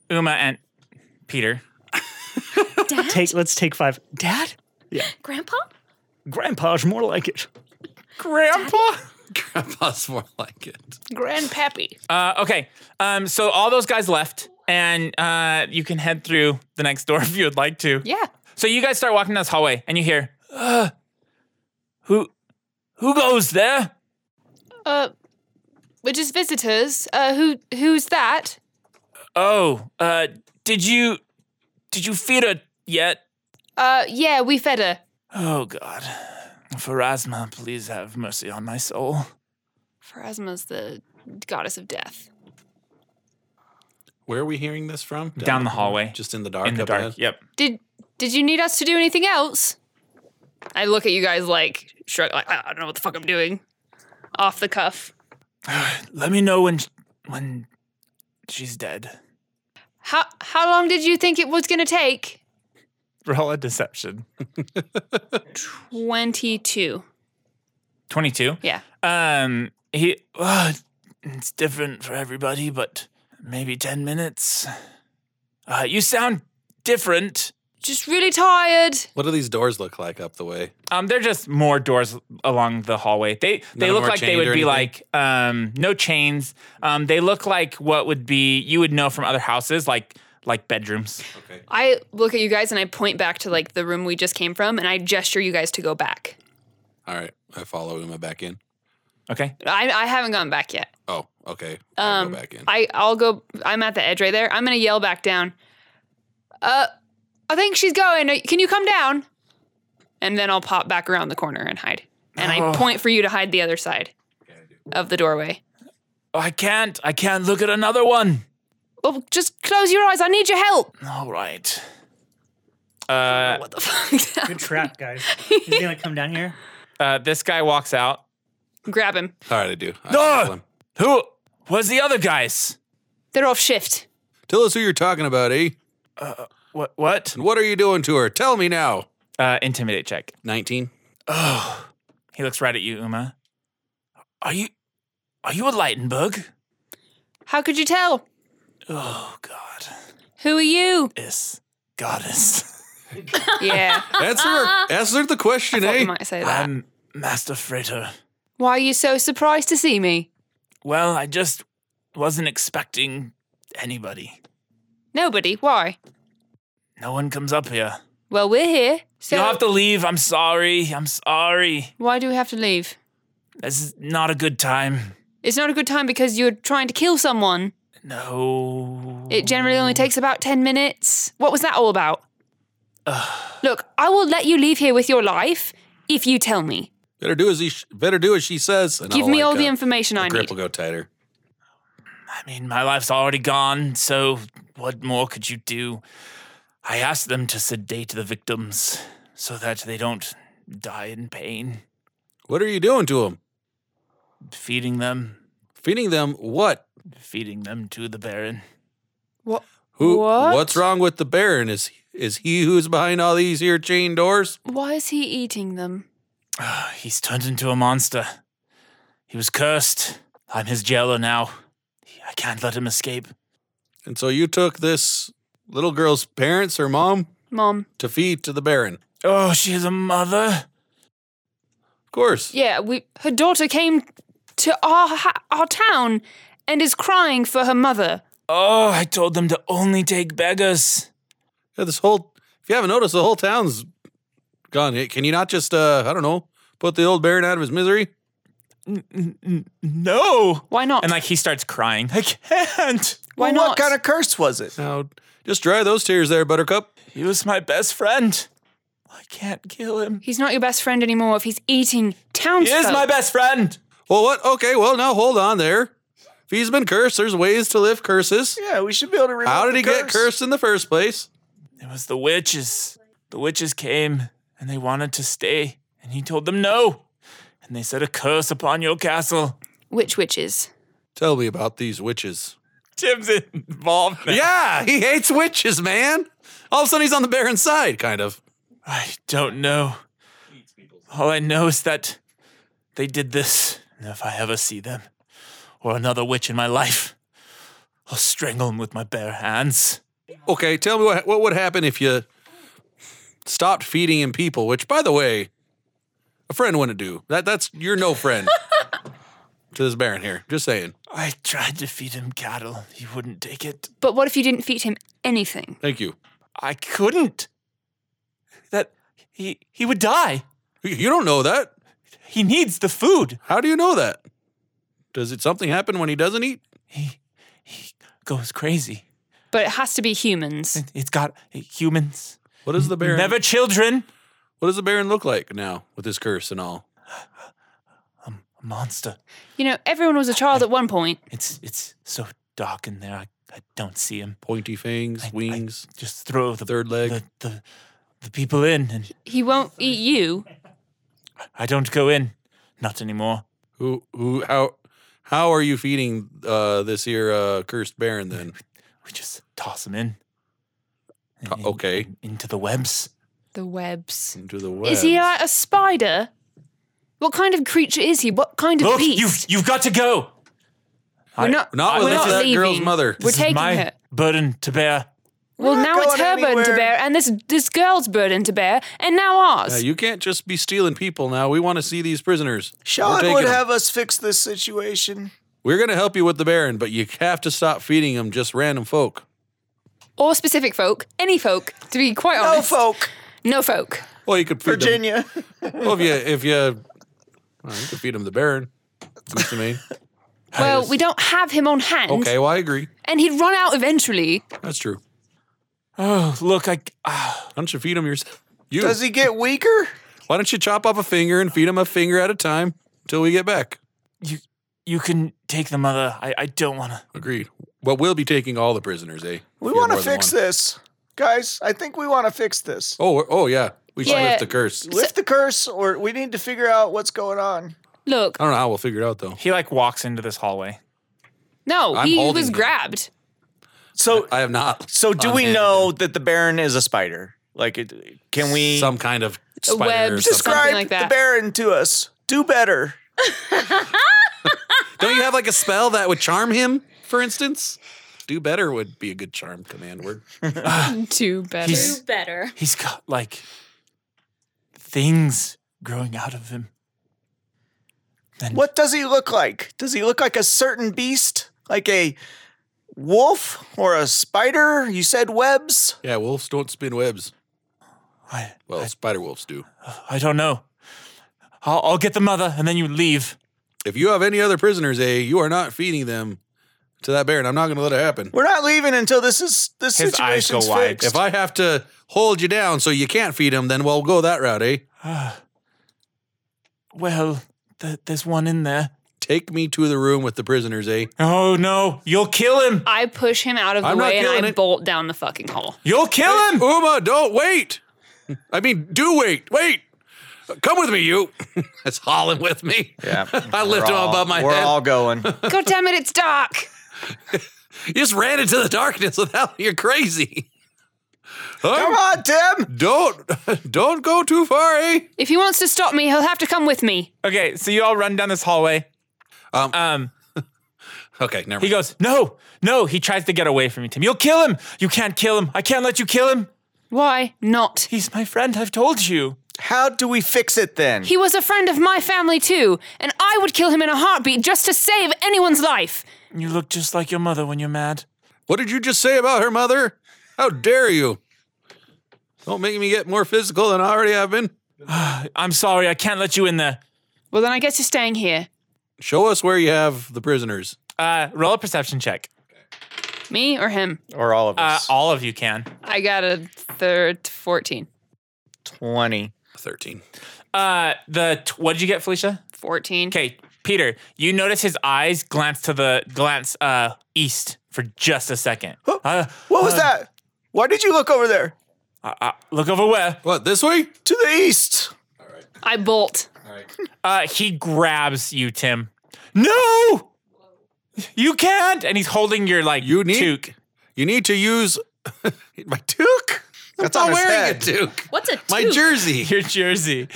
Uma, and Peter.
Take. Let's take five. Dad.
Grandpa?
Grandpa's more like it.
Grandpa?
Grandpa's more like it.
Grandpappy.
Uh, okay. Um, so all those guys left, and uh, you can head through the next door <laughs> if you would like to.
Yeah.
So you guys start walking down this hallway, and you hear, uh, "Who, who goes there?"
Uh, we're just visitors. Uh, who who's that?
Oh, uh, did you, did you feed her yet?
Uh, yeah, we fed her.
Oh God, Pharasma, please have mercy on my soul.
Pharasma's the goddess of death.
Where are we hearing this from?
Down, the hallway,
Just in the dark.
in the
up
dark.
ahead?
Yep.
Did did you need us to do anything else? I look at you guys like shrug, like I I don't know what the fuck I'm doing. Off the cuff.
Let me know when, sh- when she's dead.
How how long did you think it was gonna take?
Roll a deception.
Twenty two.
Twenty-two.
Yeah.
Um, he. Uh, it's different for everybody, but maybe ten minutes. Uh, you sound different.
Just really tired.
What do these doors look like up the way?
Um, they're just more doors along the hallway. They
None
they
of
look
them are
like they
chained
would
or
be
anything?
like um no chains. Um, they look like what would be you would know from other houses like like bedrooms.
Okay.
I look at you guys and I point back to like the room we just came from and I gesture you guys to go back.
All right. I follow Uma back in.
Okay.
I, I haven't gone back yet.
Oh, okay. I'll
Um,
go back in.
I I'll go. I'm at the edge right there. I'm gonna yell back down. Uh, I think she's going. Uh, Can you come down? And then I'll pop back around the corner and hide. And
Oh.
I point for you to hide the other side of the doorway.
Oh, I can't. I can't look at another one.
Well, Oh, just close your eyes. I need your help.
All right. Uh,
What
<laughs>
the fuck?
Good trap, guys. He's gonna come down here.
uh, this guy walks out.
<laughs> Grab him.
All right, I do. I
No!
follow him.
Who? Where's the other guys?
They're off shift.
Tell us who you're talking about, eh?
Uh, What? What?
And what are you doing to her? Tell me now.
Uh, intimidate check.
19.
Oh, he looks right at you, Uma. Are you, are you a Leitenberg?
How could you tell?
Oh God,
Who are you?
<laughs>
this goddess.
Yeah.
Answer, her- answer the question,
Thought
eh?
you might say that.
I'm Master Fritter.
Why are you so surprised to see me?
Well, I just wasn't expecting anybody.
Nobody. Why?
No one comes up here.
Well, we're here. So
You'll have to leave. I'm sorry. I'm sorry.
why do we have to leave?
This is not a good time.
It's not a good time because you're trying to kill someone.
No.
It generally only takes about 10 minutes. What was that
<sighs>
all about? Look, I will let you leave here with your life if you tell me.
Better do as he sh- better do as she says. and
Give
I'll,
me
like,
all the
uh,
information I
the grip
need.
will go tighter.
I mean, my life's already gone, so what more could you do? I asked them to sedate the victims so that they don't die in pain.
What are you doing to them?
Feeding them.
Feeding them what?
Feeding them to the Baron.
Who?
What?
What's wrong with the Baron? Is is he who's behind all these here chain doors?
Why is he eating them?
He's turned into a monster. He was cursed. I'm his jailer now. I can't let him escape.
And so you took this little girl's parents, her mom,
Mom.
to feed to the Baron.
Oh, she is a mother.
Of course.
Yeah, we her daughter came to our ha- our town and is crying for her mother.
Oh, I told them to only take beggars.
Yeah, this whole if you haven't noticed, the whole town's gone. Hey, Can you not just uh I don't know, put the old Baron out of his misery?
No.
Why not?
And like he starts crying. I can't.
Why
Well,
not?
What kind of curse was it?
Now just dry those tears there, Buttercup.
He was my best friend. I can't kill him.
He's not your best friend anymore if he's eating
He
townsfolk.
is my best friend.
Well what okay, well now hold on there. If he's been cursed, there's ways to lift curses.
Yeah, we should be able to remove
How did
the
he get
curse.
cursed in the first place?
It was the witches. The witches came and they wanted to stay, and he told them no. And they said a curse upon your castle.
Witch witches.
Tell me about these witches.
Tim's involved. now.
<laughs> Yeah, he hates witches, man. All of a sudden he's on the Baron's side, kind of.
I don't know. All I know is that they did this. And if I ever see them or another witch in my life, I'll strangle them with my bare hands.
Okay, tell me what what would happen if you stopped feeding him people, which by the way, a friend wouldn't do. That that's you're no
<laughs>
friend to this Baron here. Just saying.
I tried to feed him cattle. He wouldn't take it.
But what if you didn't feed him anything?
Thank you.
I couldn't. That he he would die.
You- You don't know that.
He needs the food.
How do you know that? Does it something happen when he doesn't eat?
He he goes crazy.
But it has to be humans.
It- It's got uh, humans.
What does the Baron
Never children.
What does the Baron look like now with his curse and all?
A monster.
You know, everyone was a child at one point.
It's it's so dark in there. I, I don't see him.
Pointy fangs,
I- I-
wings.
Just throw the
Third leg.
The, the the people in, and
He won't eat you.
I don't go in. Not anymore.
Who who how how are you feeding uh, this here uh, cursed Baron then?
We just toss them in.
Uh, okay.
in- into the webs.
The webs.
Into the web.
Is he like a spider? What kind of creature is he? What kind of
Look,
beast?
you've you've got to go.
we're not,
Not
we're
with
not
that
leaving.
girl's mother.
We're
This is
taking
my
her.
burden to bear.
Well, now it's her burden to bear, and this this girl's burden to bear, and now
Yeah,
ours.
you can't just be stealing people now. We want to see these prisoners. We're
Sean
taking
would
'em.
have us fix this situation.
We're going to help you with the Baron, but you have to stop feeding him just random folk.
or specific folk, any folk, to be quite
No,
honest.
folk.
No folk.
Well, you could feed
Virginia.
Them. <laughs> Well, if you if you, well, you could feed him the Baron. Goose
<laughs>
me.
<laughs> Well, we don't have him on hand,
Okay, well I agree.
and he'd run out eventually.
That's true.
Oh, look, I ah.
Why don't you feed him yourself? You.
Does he get weaker?
Why don't you chop off a finger and feed him a finger at a time until we get back?
you you can take the mother. I I don't want to.
Agreed. But we'll be taking all the prisoners, eh?
We
If you're
want to
more than
fix
one.
this. Guys, I think we want to fix this.
Oh, oh yeah. We should
Yeah.
lift the curse.
Lift the curse, or we need to figure out what's going on.
Look,
I don't know how we'll figure it out though.
He like walks into this hallway. <sighs>
no,
I'm
he
holding
was
him.
grabbed.
So,
I have not.
so do we
Unhinged.
know that the Baron is a spider? Like, it, can we?
some kind of spider
web
or something.
just Something
Describe
like
the
that.
Baron to us. Do better.
<laughs> Don't you have like a spell that would charm him, for instance? Do better would be a good charm command <laughs> word.
<laughs> Too bad.
He's-
Do better.
He's got like things growing out of him. And
What does he look like? Does he look like a certain beast? Like a wolf or a spider? You said webs?
Yeah, wolves don't spin webs.
I,
Well, spider wolves do.
I don't know. I'll, I'll get the mother and then you leave.
If you have any other prisoners, A, you are not feeding them to that baron. I'm not going to let it happen.
We're not leaving until this is this
His eyes go
situation's
wide.
fixed.
If I have to hold you down so you can't feed him, then we'll go that route, eh?
Well, th- there's one in there.
Take me to the room with the prisoners, eh?
Oh no, you'll kill him.
I push him out of the
I'm not
way and
killing
I
it.
bolt down the fucking hall.
You'll kill him.
Uma, don't wait. <laughs> I mean, do wait. Wait. Come with me, you. <laughs> That's hauling with me.
Yeah.
<laughs> I lift
We're
him
all-
above my
We're
head. <laughs>
all going.
God damn it, it's dark.
You just ran into the darkness without. You're crazy.
Come
Huh?
on, Tim.
Don't <laughs> don't go too far, eh?
If he wants to stop me, he'll have to come with me.
Okay, so you all run down this hallway.
Um,
Um,
<laughs> Okay, never.
he
mind.
goes, no, no. He tries to get away from you, Tim. You'll kill him. You can't kill him. I can't let you kill him.
Why not?
He's my friend. I've told you.
How do we fix it then?
He was a friend of my family too, and I would kill him in a heartbeat just to save anyone's life.
You look just like your mother when you're mad. <sighs>
What did you just say about her mother? How dare you? Don't make me get more physical than I already have been.
I'm sorry. I can't let you in there.
Well, then I guess you're staying here.
Show us where you have the prisoners.
Uh, roll a perception check.
Me or him?
or all of
Uh,
us?
all of you can.
I got a third 14.
20.
13.
Uh, the t- what did you get, Felicia?
14.
Okay, Peter. You notice his eyes glance to the glance uh east for just a second. Uh,
What was
uh,
that? Why did you look over there?
Uh, uh, look over where.
What, this way?
To the east.
I bolt.
Uh, he grabs you, Tim. No, you can't. And he's holding your like
You need-
toque.
You need to use my toque. I'm
That's
not
on his
wearing
head.
a toque.
What's a
My
toque?
jersey.
<laughs> your jersey.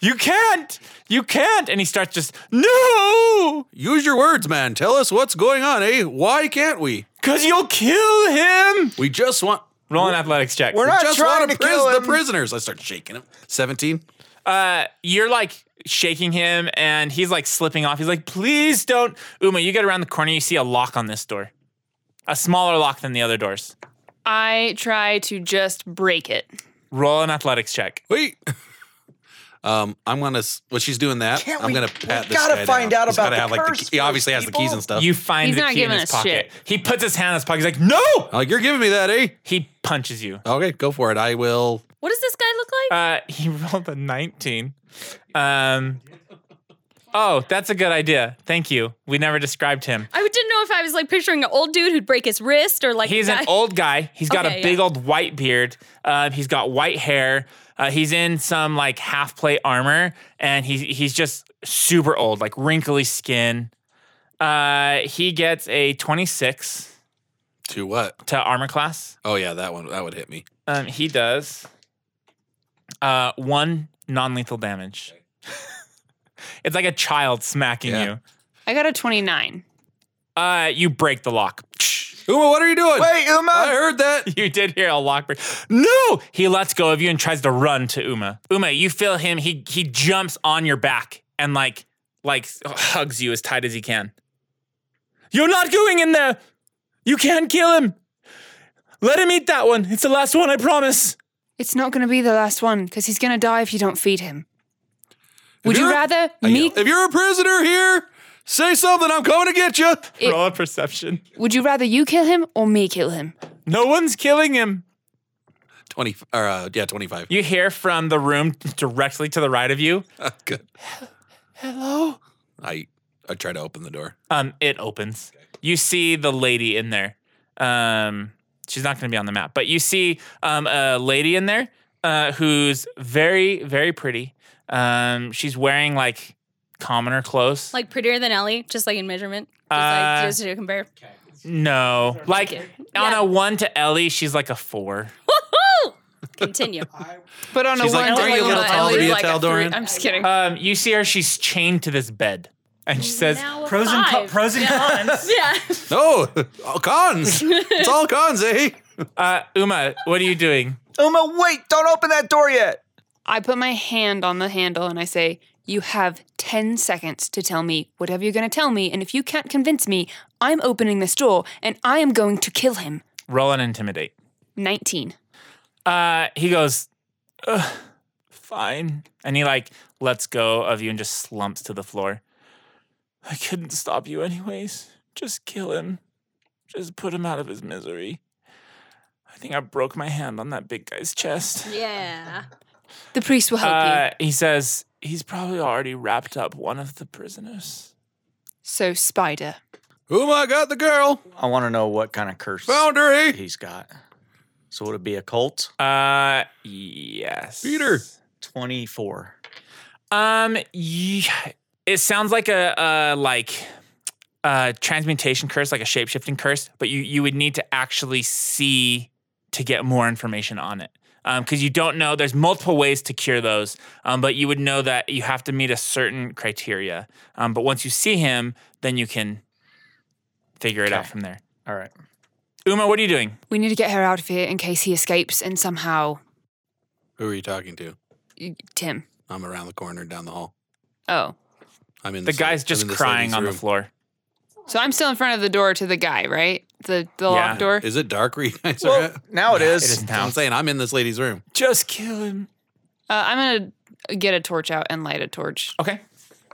You can't. You can't. And he starts just no,
Use your words, man. Tell us what's going on, eh? Why can't we?
cause you'll kill him.
We just want.
Roll an athletics check.
We're not
Just
trying
want
to
to
kill
pris- the
him.
prisoners. I start shaking him. 17.
uh, you're like shaking him and he's like slipping off. He's like, please don't. Uma, you get around the corner, you see a lock on this door. A smaller lock than the other doors.
I try to just break it.
Roll an athletics check.
Wait. <laughs> Um, I'm gonna. s- Well, she's doing that.
Can't
I'm
we-
gonna pat
we
this
gotta
guy
find
down.
out
He's
about
gotta
the
have like
curse
the, key- he obviously has
first,
the keys and
people.
stuff.
You find
He's
the
not
key in
giving
his
us
pocket.
shit.
He puts his hand in his pocket. He's like, no!
like you're giving me that, eh?
He punches you.
Okay, go for it. I will.
What does this guy look like?
Uh, <laughs> he rolled a 19. Um, oh, that's a good idea. Thank you. We never described him.
I didn't know if I was like picturing an old dude who'd break his wrist or like. a
He's an
guy-
old guy. He's got
Okay,
a
yeah.
big old white beard. Uh, he's got white hair. Uh, he's in some like half plate armor, and he's he's just super old, like wrinkly skin. Uh, he gets a twenty six
To what?
to armor class.
Oh yeah, that one. That would hit me.
Um, he does uh, one non lethal
<laughs>
damage. it's like a child smacking
Yeah.
you.
I got a 29.
Uh, you break the lock.
Uma, what are you doing?
Wait,
I
Uma.
heard that.
<laughs> You did hear a lock break. No! He lets go of you and tries to run to Uma. Uma, you feel him. He he jumps on your back and like like hugs you as tight as he can. You're not going in there. You can't kill him. Let him eat that one. It's the last one, I promise.
It's not going to be the last one because he's going to die if you don't feed him. Would you
you're-
rather
I
me?
yell. If you're a prisoner here, say something. I'm coming to get you.
It-
Roll a perception.
Would you rather you kill him or me kill him?
No one's killing him.
Twenty. Or uh, yeah, twenty-five.
You hear from the room directly to the right of you.
<laughs> Good.
Hello.
I I try to open the door.
Um, it opens. You see the lady in there. Um, she's not going to be on the map, but you see um, a lady in there uh, who's very, very pretty. Um, she's wearing like commoner clothes.
<laughs> like prettier than Ellie, just like in measurement. Just,
Uh,
like, just to compare.
no, like on
Yeah.
a one to Ellie, she's like a four.
Woohoo! Continue.
But on
She's
a
like,
one
"Are you a little
Ellie
tall to
is
be a
like a three."
Tal'Doran?"
I'm just kidding.
Um, you see her. She's chained to this bed, and she says,
Now a
Pros and, co-
five.
pros and <laughs> cons.
Yeah.
No, all cons. it's all cons, eh?
uh, "Uma, what are you doing?"
Uma, wait! Don't open that door yet.
I put my hand on the handle and I say, You have 10 seconds to tell me whatever you're going to tell me. And if you can't convince me, I'm opening this door and I am going to kill him.
Roll and intimidate.
19.
Uh, he goes, Ugh, fine. And he like lets go of you and just slumps to the floor. I couldn't stop you anyways. Just kill him. Just put him out of his misery. I think I broke my hand on that big guy's chest.
Yeah.
The priest will help
Uh, he says, He's probably already wrapped up one of the prisoners.
So, Spider.
Whom I got the girl.
I want to know what kind of curse
Boundary.
he's got. So would it be a cult?
Uh, yes.
Peter.
24.
Um, y- it sounds like a, a like a transmutation curse, like a shapeshifting curse, but you you would need to actually see to get more information on it. Um, because you don't know, there's multiple ways to cure those. Um, but you would know that you have to meet a certain criteria. Um, but once you see him, then you can figure it out from there.
All right.
Uma, what are you doing?
We need to get her out of here in case he escapes and somehow
Who are you talking to?
Tim.
I'm around the corner down the hall.
Oh.
I'm in
The
this-
guy's
I'm
just
in this
crying
lady's
on the
room.
floor.
So I'm still in front of the door to the guy, right? The the locked door.
Is it dark where you guys are
Well,
at?
now it
Yeah,
is.
it is now.
I'm saying I'm in this lady's room.
Just kill him.
Uh, I'm gonna get a torch out and light a torch
Okay.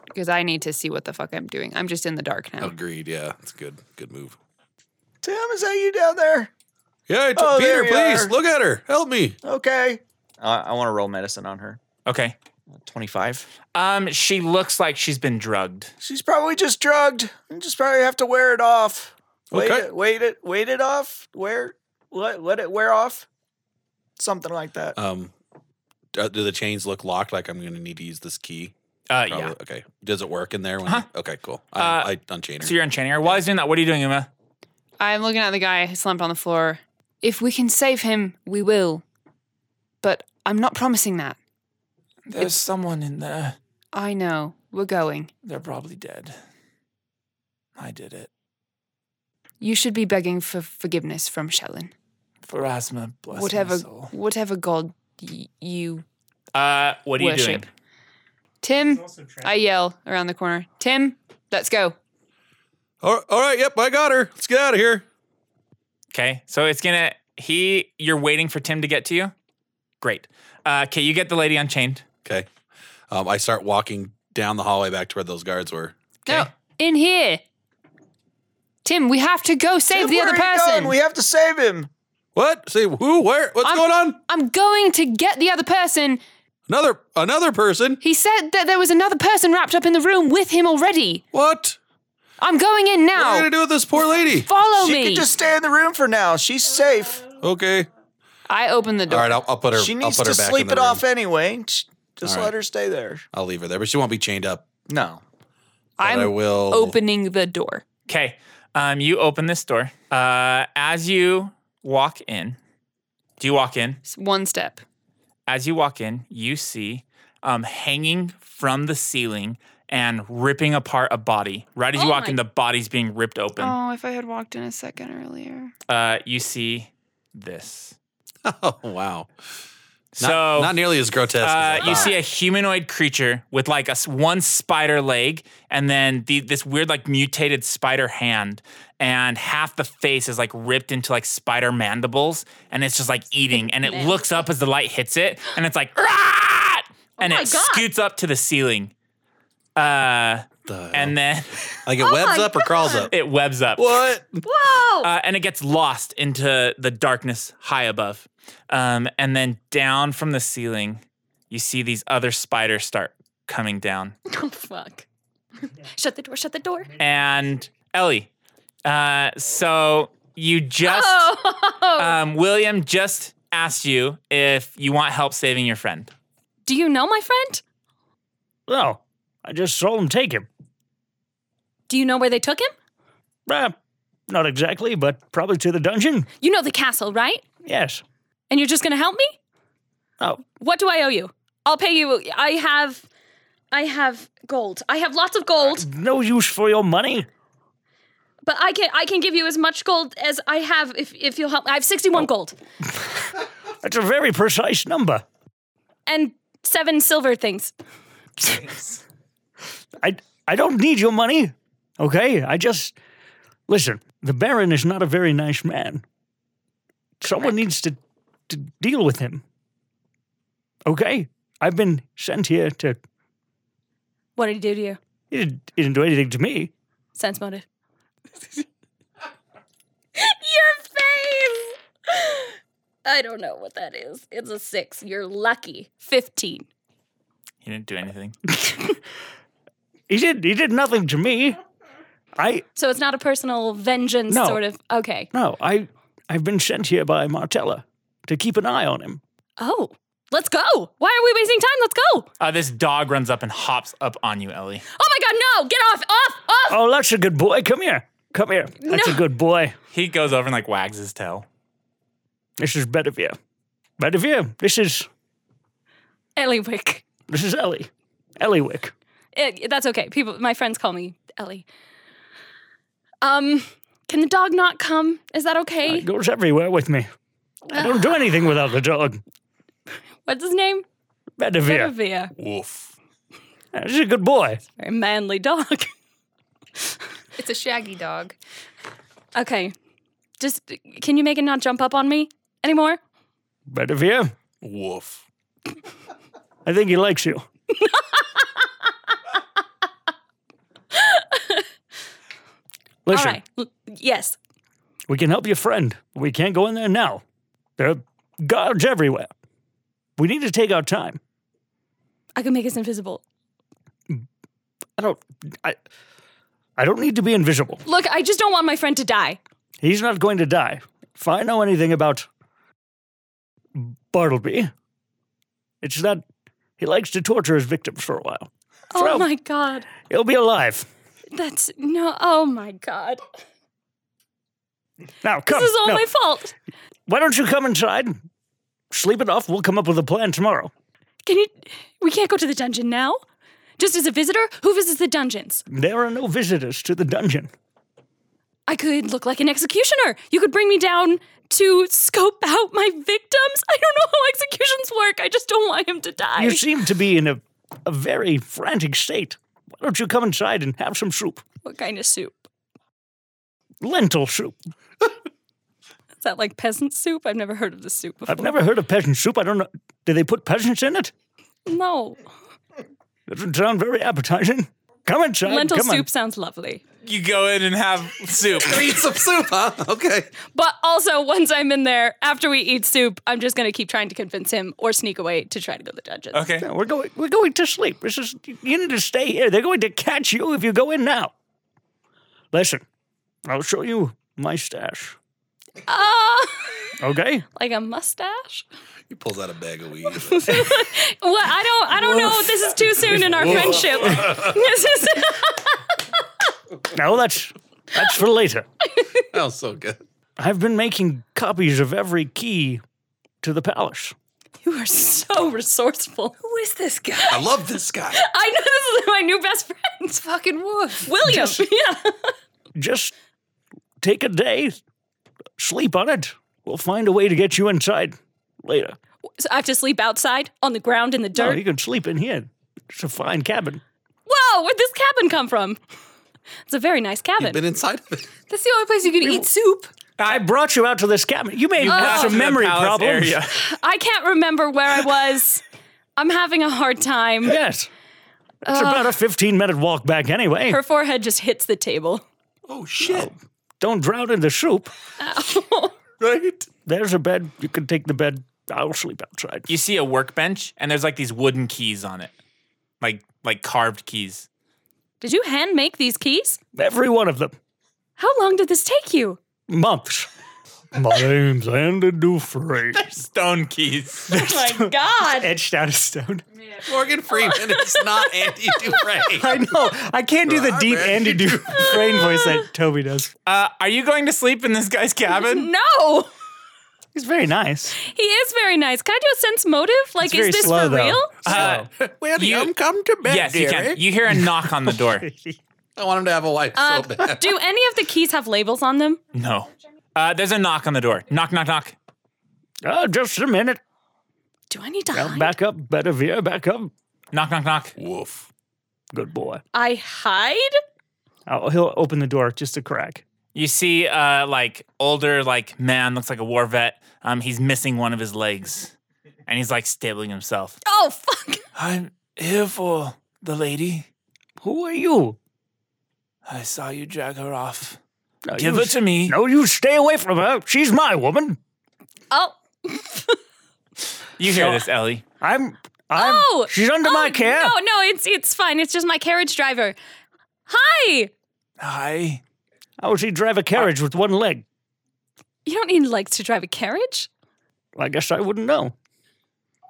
because I need to see what the fuck I'm doing. I'm just in the dark now.
Agreed. Yeah, that's good. Good move.
Tim, is that you down there?
Yeah, I
Oh,
took Peter,
there you
please
are.
look at her. Help me.
Okay.
I, I want to roll medicine on her.
Okay.
25.
Um, she looks like she's been drugged.
She's probably just drugged. You just probably have to wear it off. Wait
Okay.
it, wait it, wait it off. Wear, let, let it wear off. Something like that.
Um, do do the chains look locked? Like I'm gonna need to use this key?
Uh,
Probably.
yeah.
Okay. Does it work in there? When
Uh-huh.
Okay. Cool. I,
Uh,
I unchain her.
So you're unchaining her. While he's doing that, what are you doing, Uma?
I'm looking at the guy who slumped on the floor.
If we can save him, we will. But I'm not promising that.
There's someone in there.
I know. We're going.
They're probably dead. I did it.
You should be begging for forgiveness from Shellen.
For asthma, bless
Whatever whatever god y- you
Uh, what are you
Worship.
doing?
Tim, I yell around the corner. Tim, let's go.
All all right. Yep. I got her. Let's get out of here.
Okay, so it's gonna he. You're waiting for Tim to get to you. Great. Uh, okay, you get the lady unchained.
Okay. Um, I start walking down the hallway back to where those guards were.
No, in here. Tim, we have to go save
Tim,
the
where
other
are you
person.
Going? We have to save him.
What? Say who? Where? What's
I'm-
going on?
I'm going to get the other person.
Another another person?
He said that there was another person wrapped up in the room with him already.
What?
I'm going in
What are you
now.
gonna do with this poor lady?
Follow
she
me.
can just stay in the room for now. She's safe.
Okay.
I open the
All
door.
right. I'll, I'll put her.
she needs
I'll
to
put her back in
sleep
the
it
room.
off anyway. Sh- Just
All
let
right.
her stay there.
I'll leave her there, but she won't be chained up.
No.
But I
I'm
will
opening the door.
Okay. Um, you open this door. Uh, as you walk in, do you walk in?
It's one step.
as you walk in, you see um, hanging from the ceiling and ripping apart a body. Right as you
Oh
walk
my-
in, the body's being ripped open.
Oh, if I had walked in a second earlier.
Uh, you see this.
<laughs> Oh wow! Not,
so
not nearly as
uh,
grotesque. as I
you
thought.
see a humanoid creature with like a s- one spider leg and then the, this weird like mutated spider hand and half the face is like ripped into like spider mandibles and it's just like eating and it
Man.
looks up as the light hits it and it's like "Rah!" and
Oh my
it
God.
scoots up to the ceiling uh
The-
and then
<laughs> like it webs
Oh my
up or crawls up.
it webs up
What?
Whoa!
uh, and it gets lost into the darkness high above. Um, and then down from the ceiling, you see these other spiders start coming down.
<laughs> Oh fuck! shut the door! Shut the door!
And Ellie, uh, so you just,
Oh! <laughs>
um, William just asked you if you want help saving your friend.
Do you know my friend?
No, I just saw them take him.
Do you know where they took him?
Eh, not exactly, but probably to the dungeon.
You know the castle, right?
Yes.
And you're just gonna help me?
Oh.
What do I owe you? I'll pay you. I have, I have gold. I have lots of gold,
Uh, No use for your money.
but I can I can give you as much gold as I have if if you'll help. I have 61
Oh.
gold
That's a very precise number.
and seven silver things.
I I don't need your money. Okay? I just listen, the Baron is not a very nice man. Someone needs to, to deal with him. Okay? I've been sent here to
What did he do to you?
he didn't, he didn't do anything to me. <laughs>
Sense motive. Your face. I don't know what that is. It's a six. You're lucky. Fifteen.
He didn't do anything.
<laughs> He did. He did nothing to me. I
So it's not a personal vengeance
No.
sort of. Okay.
no. I I've been sent here by Martella to keep an eye on him.
Oh, let's go. Why are we wasting time? Let's go.
Uh, this dog runs up and hops up on you, Ellie.
Oh my God, no. Get off, off, off.
Oh, that's a good boy. Come here. Come here. That's a good boy.
He goes over and like wags his tail.
This is Bedivere. Bedivere. This is
Eliwick.
this is Ellie. Elliwick.
It, Eh, that's okay. People, my friends call me Ellie. Um, can the dog not come? Is that okay?
It goes everywhere with me. I don't do anything without the dog.
What's his name?
Bedivere.
Bedivere.
Woof. This is a good boy.
Very manly dog. <laughs>
It's a shaggy dog.
okay. Just can you make it not jump up on me anymore?
Bedivere.
Woof.
I think he likes
<laughs>
you. Listen,
All right. L- yes.
we can help your friend. but We can't go in there now. There are guards everywhere. We need to take our time.
I can make us invisible.
I don't. I. I don't need to be invisible.
Look, I just don't want my friend to die.
He's not going to die. If I know anything about Bartleby, it's that he likes to torture his victims for a while.
Oh
Fro.
my god.
He'll be alive.
That's no. Oh my god.
Now come.
this is all
no.
my fault.
Why don't you come inside? Sleep it off. We'll come up with a plan tomorrow.
Can you? We can't go to the dungeon now. Just as a visitor, who visits the dungeons?
There are no visitors to the dungeon.
I could look like an executioner. You could bring me down to scope out my victims. I don't know how executions work. I just don't want him to die.
You seem to be in a, a very frantic state. Why don't you come inside and have some soup?
what kind of soup?
Lentil soup.
Is that like peasant soup? I've never heard of this soup before.
I've never heard of peasant soup. I don't know. Do they put peasants in it?
No.
Doesn't sound very appetizing. Come inside.
Lentil
come on.
soup sounds lovely.
You go in and have
<laughs>
soup.
Eat some soup, huh? <laughs> Okay.
But also, once I'm in there, after we eat soup, I'm just going to keep trying to convince him or sneak away to try to go to the dungeons.
Okay.
No, we're going. We're going to sleep. This is. You need to stay here. They're going to catch you if you go in now. Listen, I'll show you my stash.
Uh,
Okay.
like a mustache?
He pulls out a bag of weed.
Well, I don't. I don't know. This is too soon in our
Woof.
friendship. <laughs> This is.
No, that's that's for later.
<laughs> that was so good.
I've been making copies of every key to the palace.
You are so resourceful. Who is this guy? I
love this guy.
<laughs> I know this is my new best friend. It's fucking Wolf. William. <laughs> yeah.
Just take a day, sleep on it. We'll find a way to get you inside later.
So I have to sleep outside on the ground in the
No,
dirt.
you can sleep in here. It's a fine cabin.
Whoa, where'd this cabin come from? It's a very nice cabin.
Been inside of it.
That's the only place you can eat soup.
I brought you out to this cabin. You may
You
have
got to
some
the
memory
palace
problems.
area.
I can't remember where I was. I'm having a hard
<laughs>
time.
Yes. It's
Uh,
about a 15 minute walk back anyway.
Her forehead just hits the table.
Oh, shit.
Don't drown in the soup.
right?
There's a bed. You can take the bed. I'll sleep outside.
You see a workbench and there's like these wooden keys on it, like like carved keys.
Did you hand make these keys?
Every one of them.
How long did this take you?
Months. My name's Andy Dufresne.
Stone
<laughs>
keys.
<laughs>
Oh my God.
Etched out of stone.
<laughs> Morgan Freeman is
<laughs>
not Andy
I
Dufresne.
know. I can't do the deep
<laughs>
Andy Dufresne voice that Toby does.
Uh, are you going to sleep in this guy's cabin?
No,
He's very nice.
he is very nice. Can I do a sense motive? Like,
very
is this
slow,
for
though.
real?
Uh,
<laughs> Well,
You-
you come to bed,
yes, you
dearie.
can. You hear a knock on the
<laughs>
door.
I want him to have a wife
Uh,
so bad.
do any of the keys have labels on them?
No. Uh, there's a knock on the door. Knock, knock, knock.
Oh, just a minute.
Do I need to
Now
hide?
back up, Bedivere, back up.
Knock, knock, knock.
Woof.
Good boy.
I hide?
Oh, he'll open the door just a crack.
You see, uh, like older, like man looks like a war vet. Um, he's missing one of his legs, and he's like stabling himself.
Oh fuck!
I'm here for the lady.
Who are you?
I saw you drag her off.
No,
Give
you
it to me.
No, you stay away from her. She's my woman.
Oh,
You hear this, Ellie?
I'm I'm,
oh,
she's under my
oh,
care.
No, no, it's it's fine. It's just my carriage driver. Hi.
Hi. How would Oh, she drive a carriage with one leg?
You don't need legs to drive a carriage.
I guess I wouldn't know.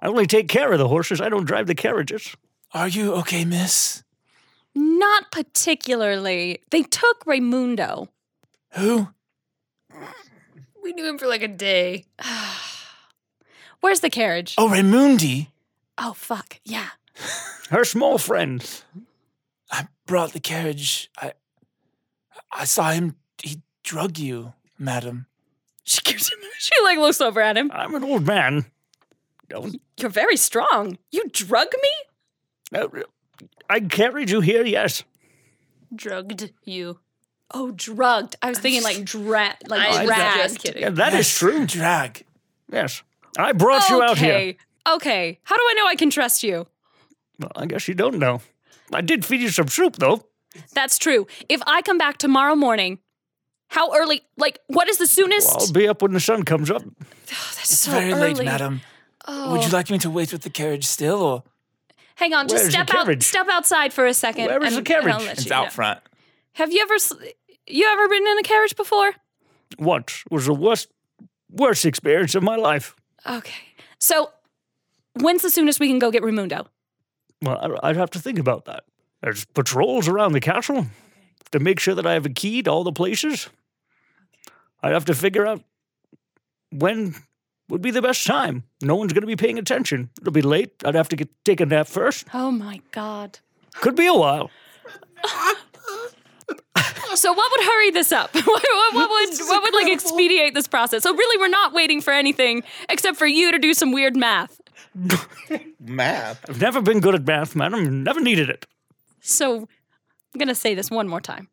I only take care of the horses. I don't drive the carriages.
Are you okay, miss?
Not particularly. They took Raimundo.
Who?
We knew him for like a day. <laughs>
Where's the carriage?
Oh, Raimundi
Oh fuck. Yeah.
Her small friend.
brought the carriage. I, I saw him. He drug you, madam.
She gives him. She like looks over at him.
I'm an old man. Don't.
You're very strong. You drug me?
uh, I carried you here, yes.
Drugged you.
Oh, drugged. I was
<laughs>
thinking like dra- like
I was
dragged.
just kidding.
Yeah, that is true.
Drag.
Yes. I brought you out here.
Okay. Okay. How do I know I can trust you?
Well, I guess you don't know. I did feed you some soup, though.
That's true. If I come back tomorrow morning, how early? Like, what is the soonest?
I'll be up when the sun comes up.
That's
It's
so
very
early.
late, madam.
Oh.
Would you like me to wait with the carriage still, or
Hang on, just
Where's the
step out.
carriage?
Step outside for a second.
Where is
and-
the carriage?
and I'll let
it's
you
out
know.
front?
Have you ever s- you ever been in a carriage before?
What was the worst, worst experience of my life?
Okay. So, when's the soonest we can go get Raimundo?
Well, I- I'd have to think about that. There's patrols around the castle to make sure that I have a key to all the places. I'd have to figure out when would be the best time. No one's going to be paying attention. It'll be late. I'd have to get, take a nap first.
Oh my god.
Could be a while.
So, what would hurry this up? <laughs> what, what, what would what would like expedite this process? So, really, we're not waiting for anything except for you to do some weird math.
Map.
I've never been good at math, madam. Never needed it.
So, I'm gonna say this one more time.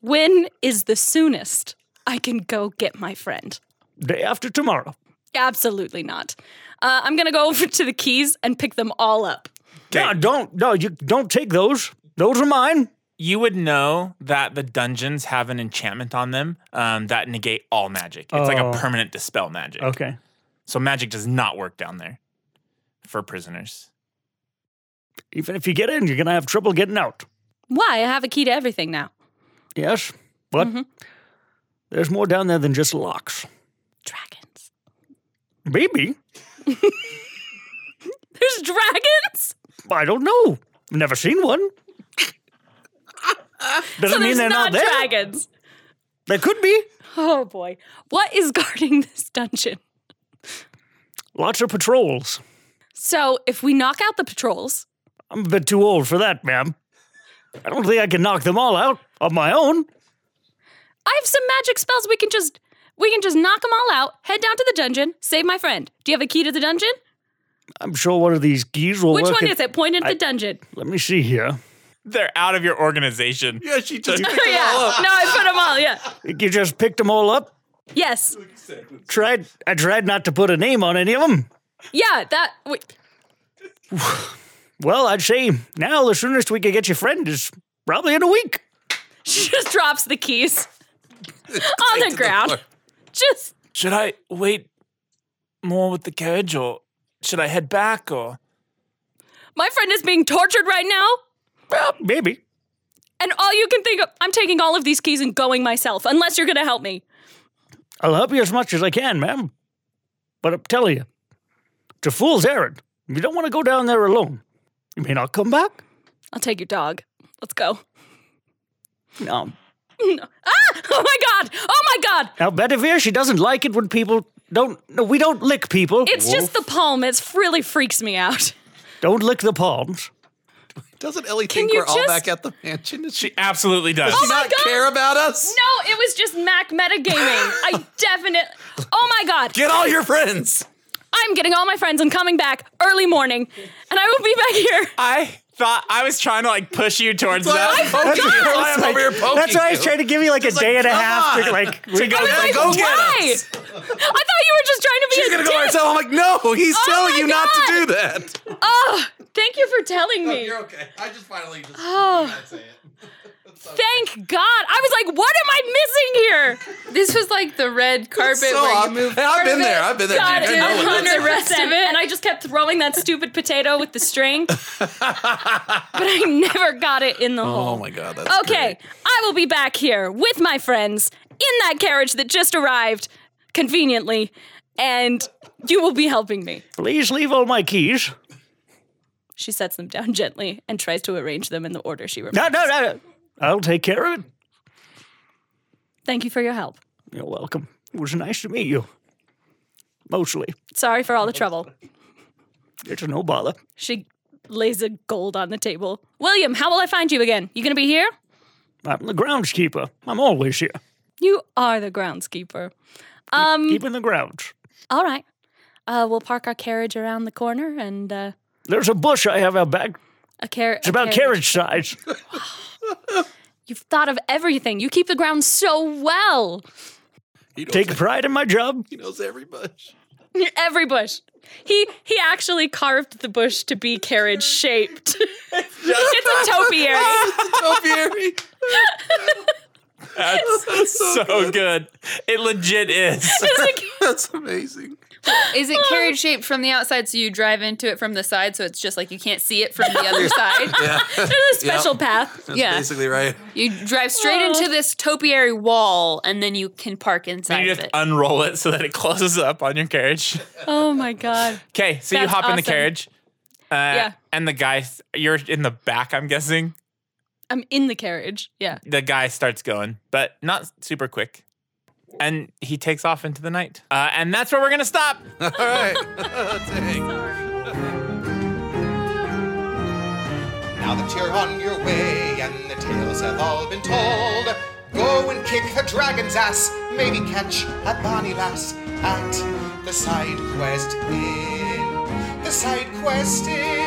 When is the soonest I can go get my friend?
Day after tomorrow.
Absolutely not. Uh, I'm gonna go <laughs> over to the keys and pick them all up.
No, don't. No, you don't take those. Those are mine.
You would know that the dungeons have an enchantment on them um, that negate all magic. It's like a
Oh.
permanent dispel magic.
Okay.
So magic does not work down there for prisoners.
Even if you get in, you're going to have trouble getting out.
Why? I have a key to everything now. <laughs>
Yes, but
Mm-hmm.
there's more down there than just locks.
Dragons.
Maybe.
There's dragons?
I don't know. I've never seen one. Doesn't
<laughs> so
mean
there's
they're not,
not,
there.
dragons.
They could be.
Oh boy. What is <laughs> guarding this dungeon?
Lots of patrols.
So if we knock out the patrols,
I'm a bit too old for that, ma'am. I don't think I can knock them all out on my own.
I have some magic spells we can just we can just knock them all out, head down to the dungeon, save my friend. Do you have a key to the dungeon?
I'm sure one of these geese will
Which
work.
one
it-
is it? Point at
I-
the dungeon.
Let me see here.
They're out of your organization.
Yeah, she
<laughs>
just
Oh, yeah. No, I put them all. Yeah.
You just picked them all up.
Yes.
Tried. I tried not to put a name on any of them.
Yeah. That. Wait.
Well, I'd say now the soonest we could get your friend is probably in a week.
<laughs> She just drops the keys on the ground. just
Should I wait more with the carriage, or should I head back, or
my friend is being tortured right now.
Well, maybe.
And all you can think of, I'm taking all of these keys and going myself, unless you're going to help me.
I'll help you as much as I can, ma'am. But I'm telling you, it's a fool's errand. You don't want to go down there alone. You may not come back.
I'll take your dog. Let's go. <laughs>
No.
No. Ah! <laughs> Oh my God! Oh my God!
Now, Bedivere, she doesn't like it when people don't. No, we don't lick people.
It's just the palm. It's really freaks me out.
Don't lick the palms.
Doesn't Ellie think
you
we're all
just-
back at the mansion? Does she,
she absolutely does?
does she
Oh my
not
God.
care about us?
No, it was just Mac
<laughs>
metagaming. I definitely. Oh my God!
Get all your friends.
I'm getting all my friends and coming back early morning, and I will be back here.
I thought I was trying to like push you towards
I'm
that.
poking you.
<laughs>
Why I'm over here poking
That's why I
you.
was trying to give you like a
It's like,
day and a
come
half to
on.
like.
go
I was
back.
like,
go get
why?
us.
I thought you were just trying to be
She's
a
gonna go
dick.
herself. I'm like, no, he's
Oh
telling
my
you not to do
God.
that.
Oh, thank you for telling me.
okay. I just finally just
Oh.
say it. <laughs>
Thank God. I was like, what am I missing here?
This was like the red carpet
So
where
I'm-
you move.
I've
part
been
of
there,
it.
I've been there,
God,
dude. I
dude,
know what
and the rest of it.
And I just kept throwing that stupid potato with
<laughs>
the string. but I never got it in the hole.
Oh my god, that's
okay, I will be back here with my friends in that carriage that just arrived conveniently, and you will be helping me.
Please leave all my keys.
She sets them down gently and tries to arrange them in the order she remembers.
No, no, no. no. I'll take care of it.
Thank you for your help.
You're welcome. It was nice to meet you. Mostly.
Sorry for all the trouble.
It's no bother.
She lays a gold on the table. William, how will I find you again? You gonna be here?
I'm the groundskeeper. I'm always here.
You are the groundskeeper. Um,
Keeping the grounds.
all right. Uh, we'll park our carriage around the corner and uh,
There's a bush I have out back.
a, car-
It's about carriage size.
You've thought of everything. You keep the ground so well. <laughs>
Take pride in my job.
He knows every bush.
Every bush. He he actually carved the bush to be
<laughs>
carriage shaped.
<laughs>
it's a topiary.
topiary. <laughs>
That's so, good. It legit is.
<laughs>
That's amazing.
<laughs> Is it carriage shaped from the outside so you drive into it from the side so it's just like you can't see it from
<laughs>
the other side?
<laughs>
<laughs>
Yeah.
There's a special
Yeah.
path.
That's
Yeah.
basically right.
You drive straight
Oh.
into this topiary wall and then you can park inside
Then you
of
just
it.
unroll it so that it closes up on your carriage. <laughs>
Oh my god.
Okay, so you
That's
hop in the
awesome.
carriage. Uh,
Yeah.
And the guy, you're in the back, I'm guessing.
I'm in the carriage. Yeah.
The guy starts going, but not super quick. And he takes off into the night. Uh, and that's where we're going to stop.
<laughs> All right.
<laughs>
Dang.
Now that you're on your way and the tales have all been told, go and kick the dragon's ass, maybe catch a bonny lass at the side quest inn. The side quest inn.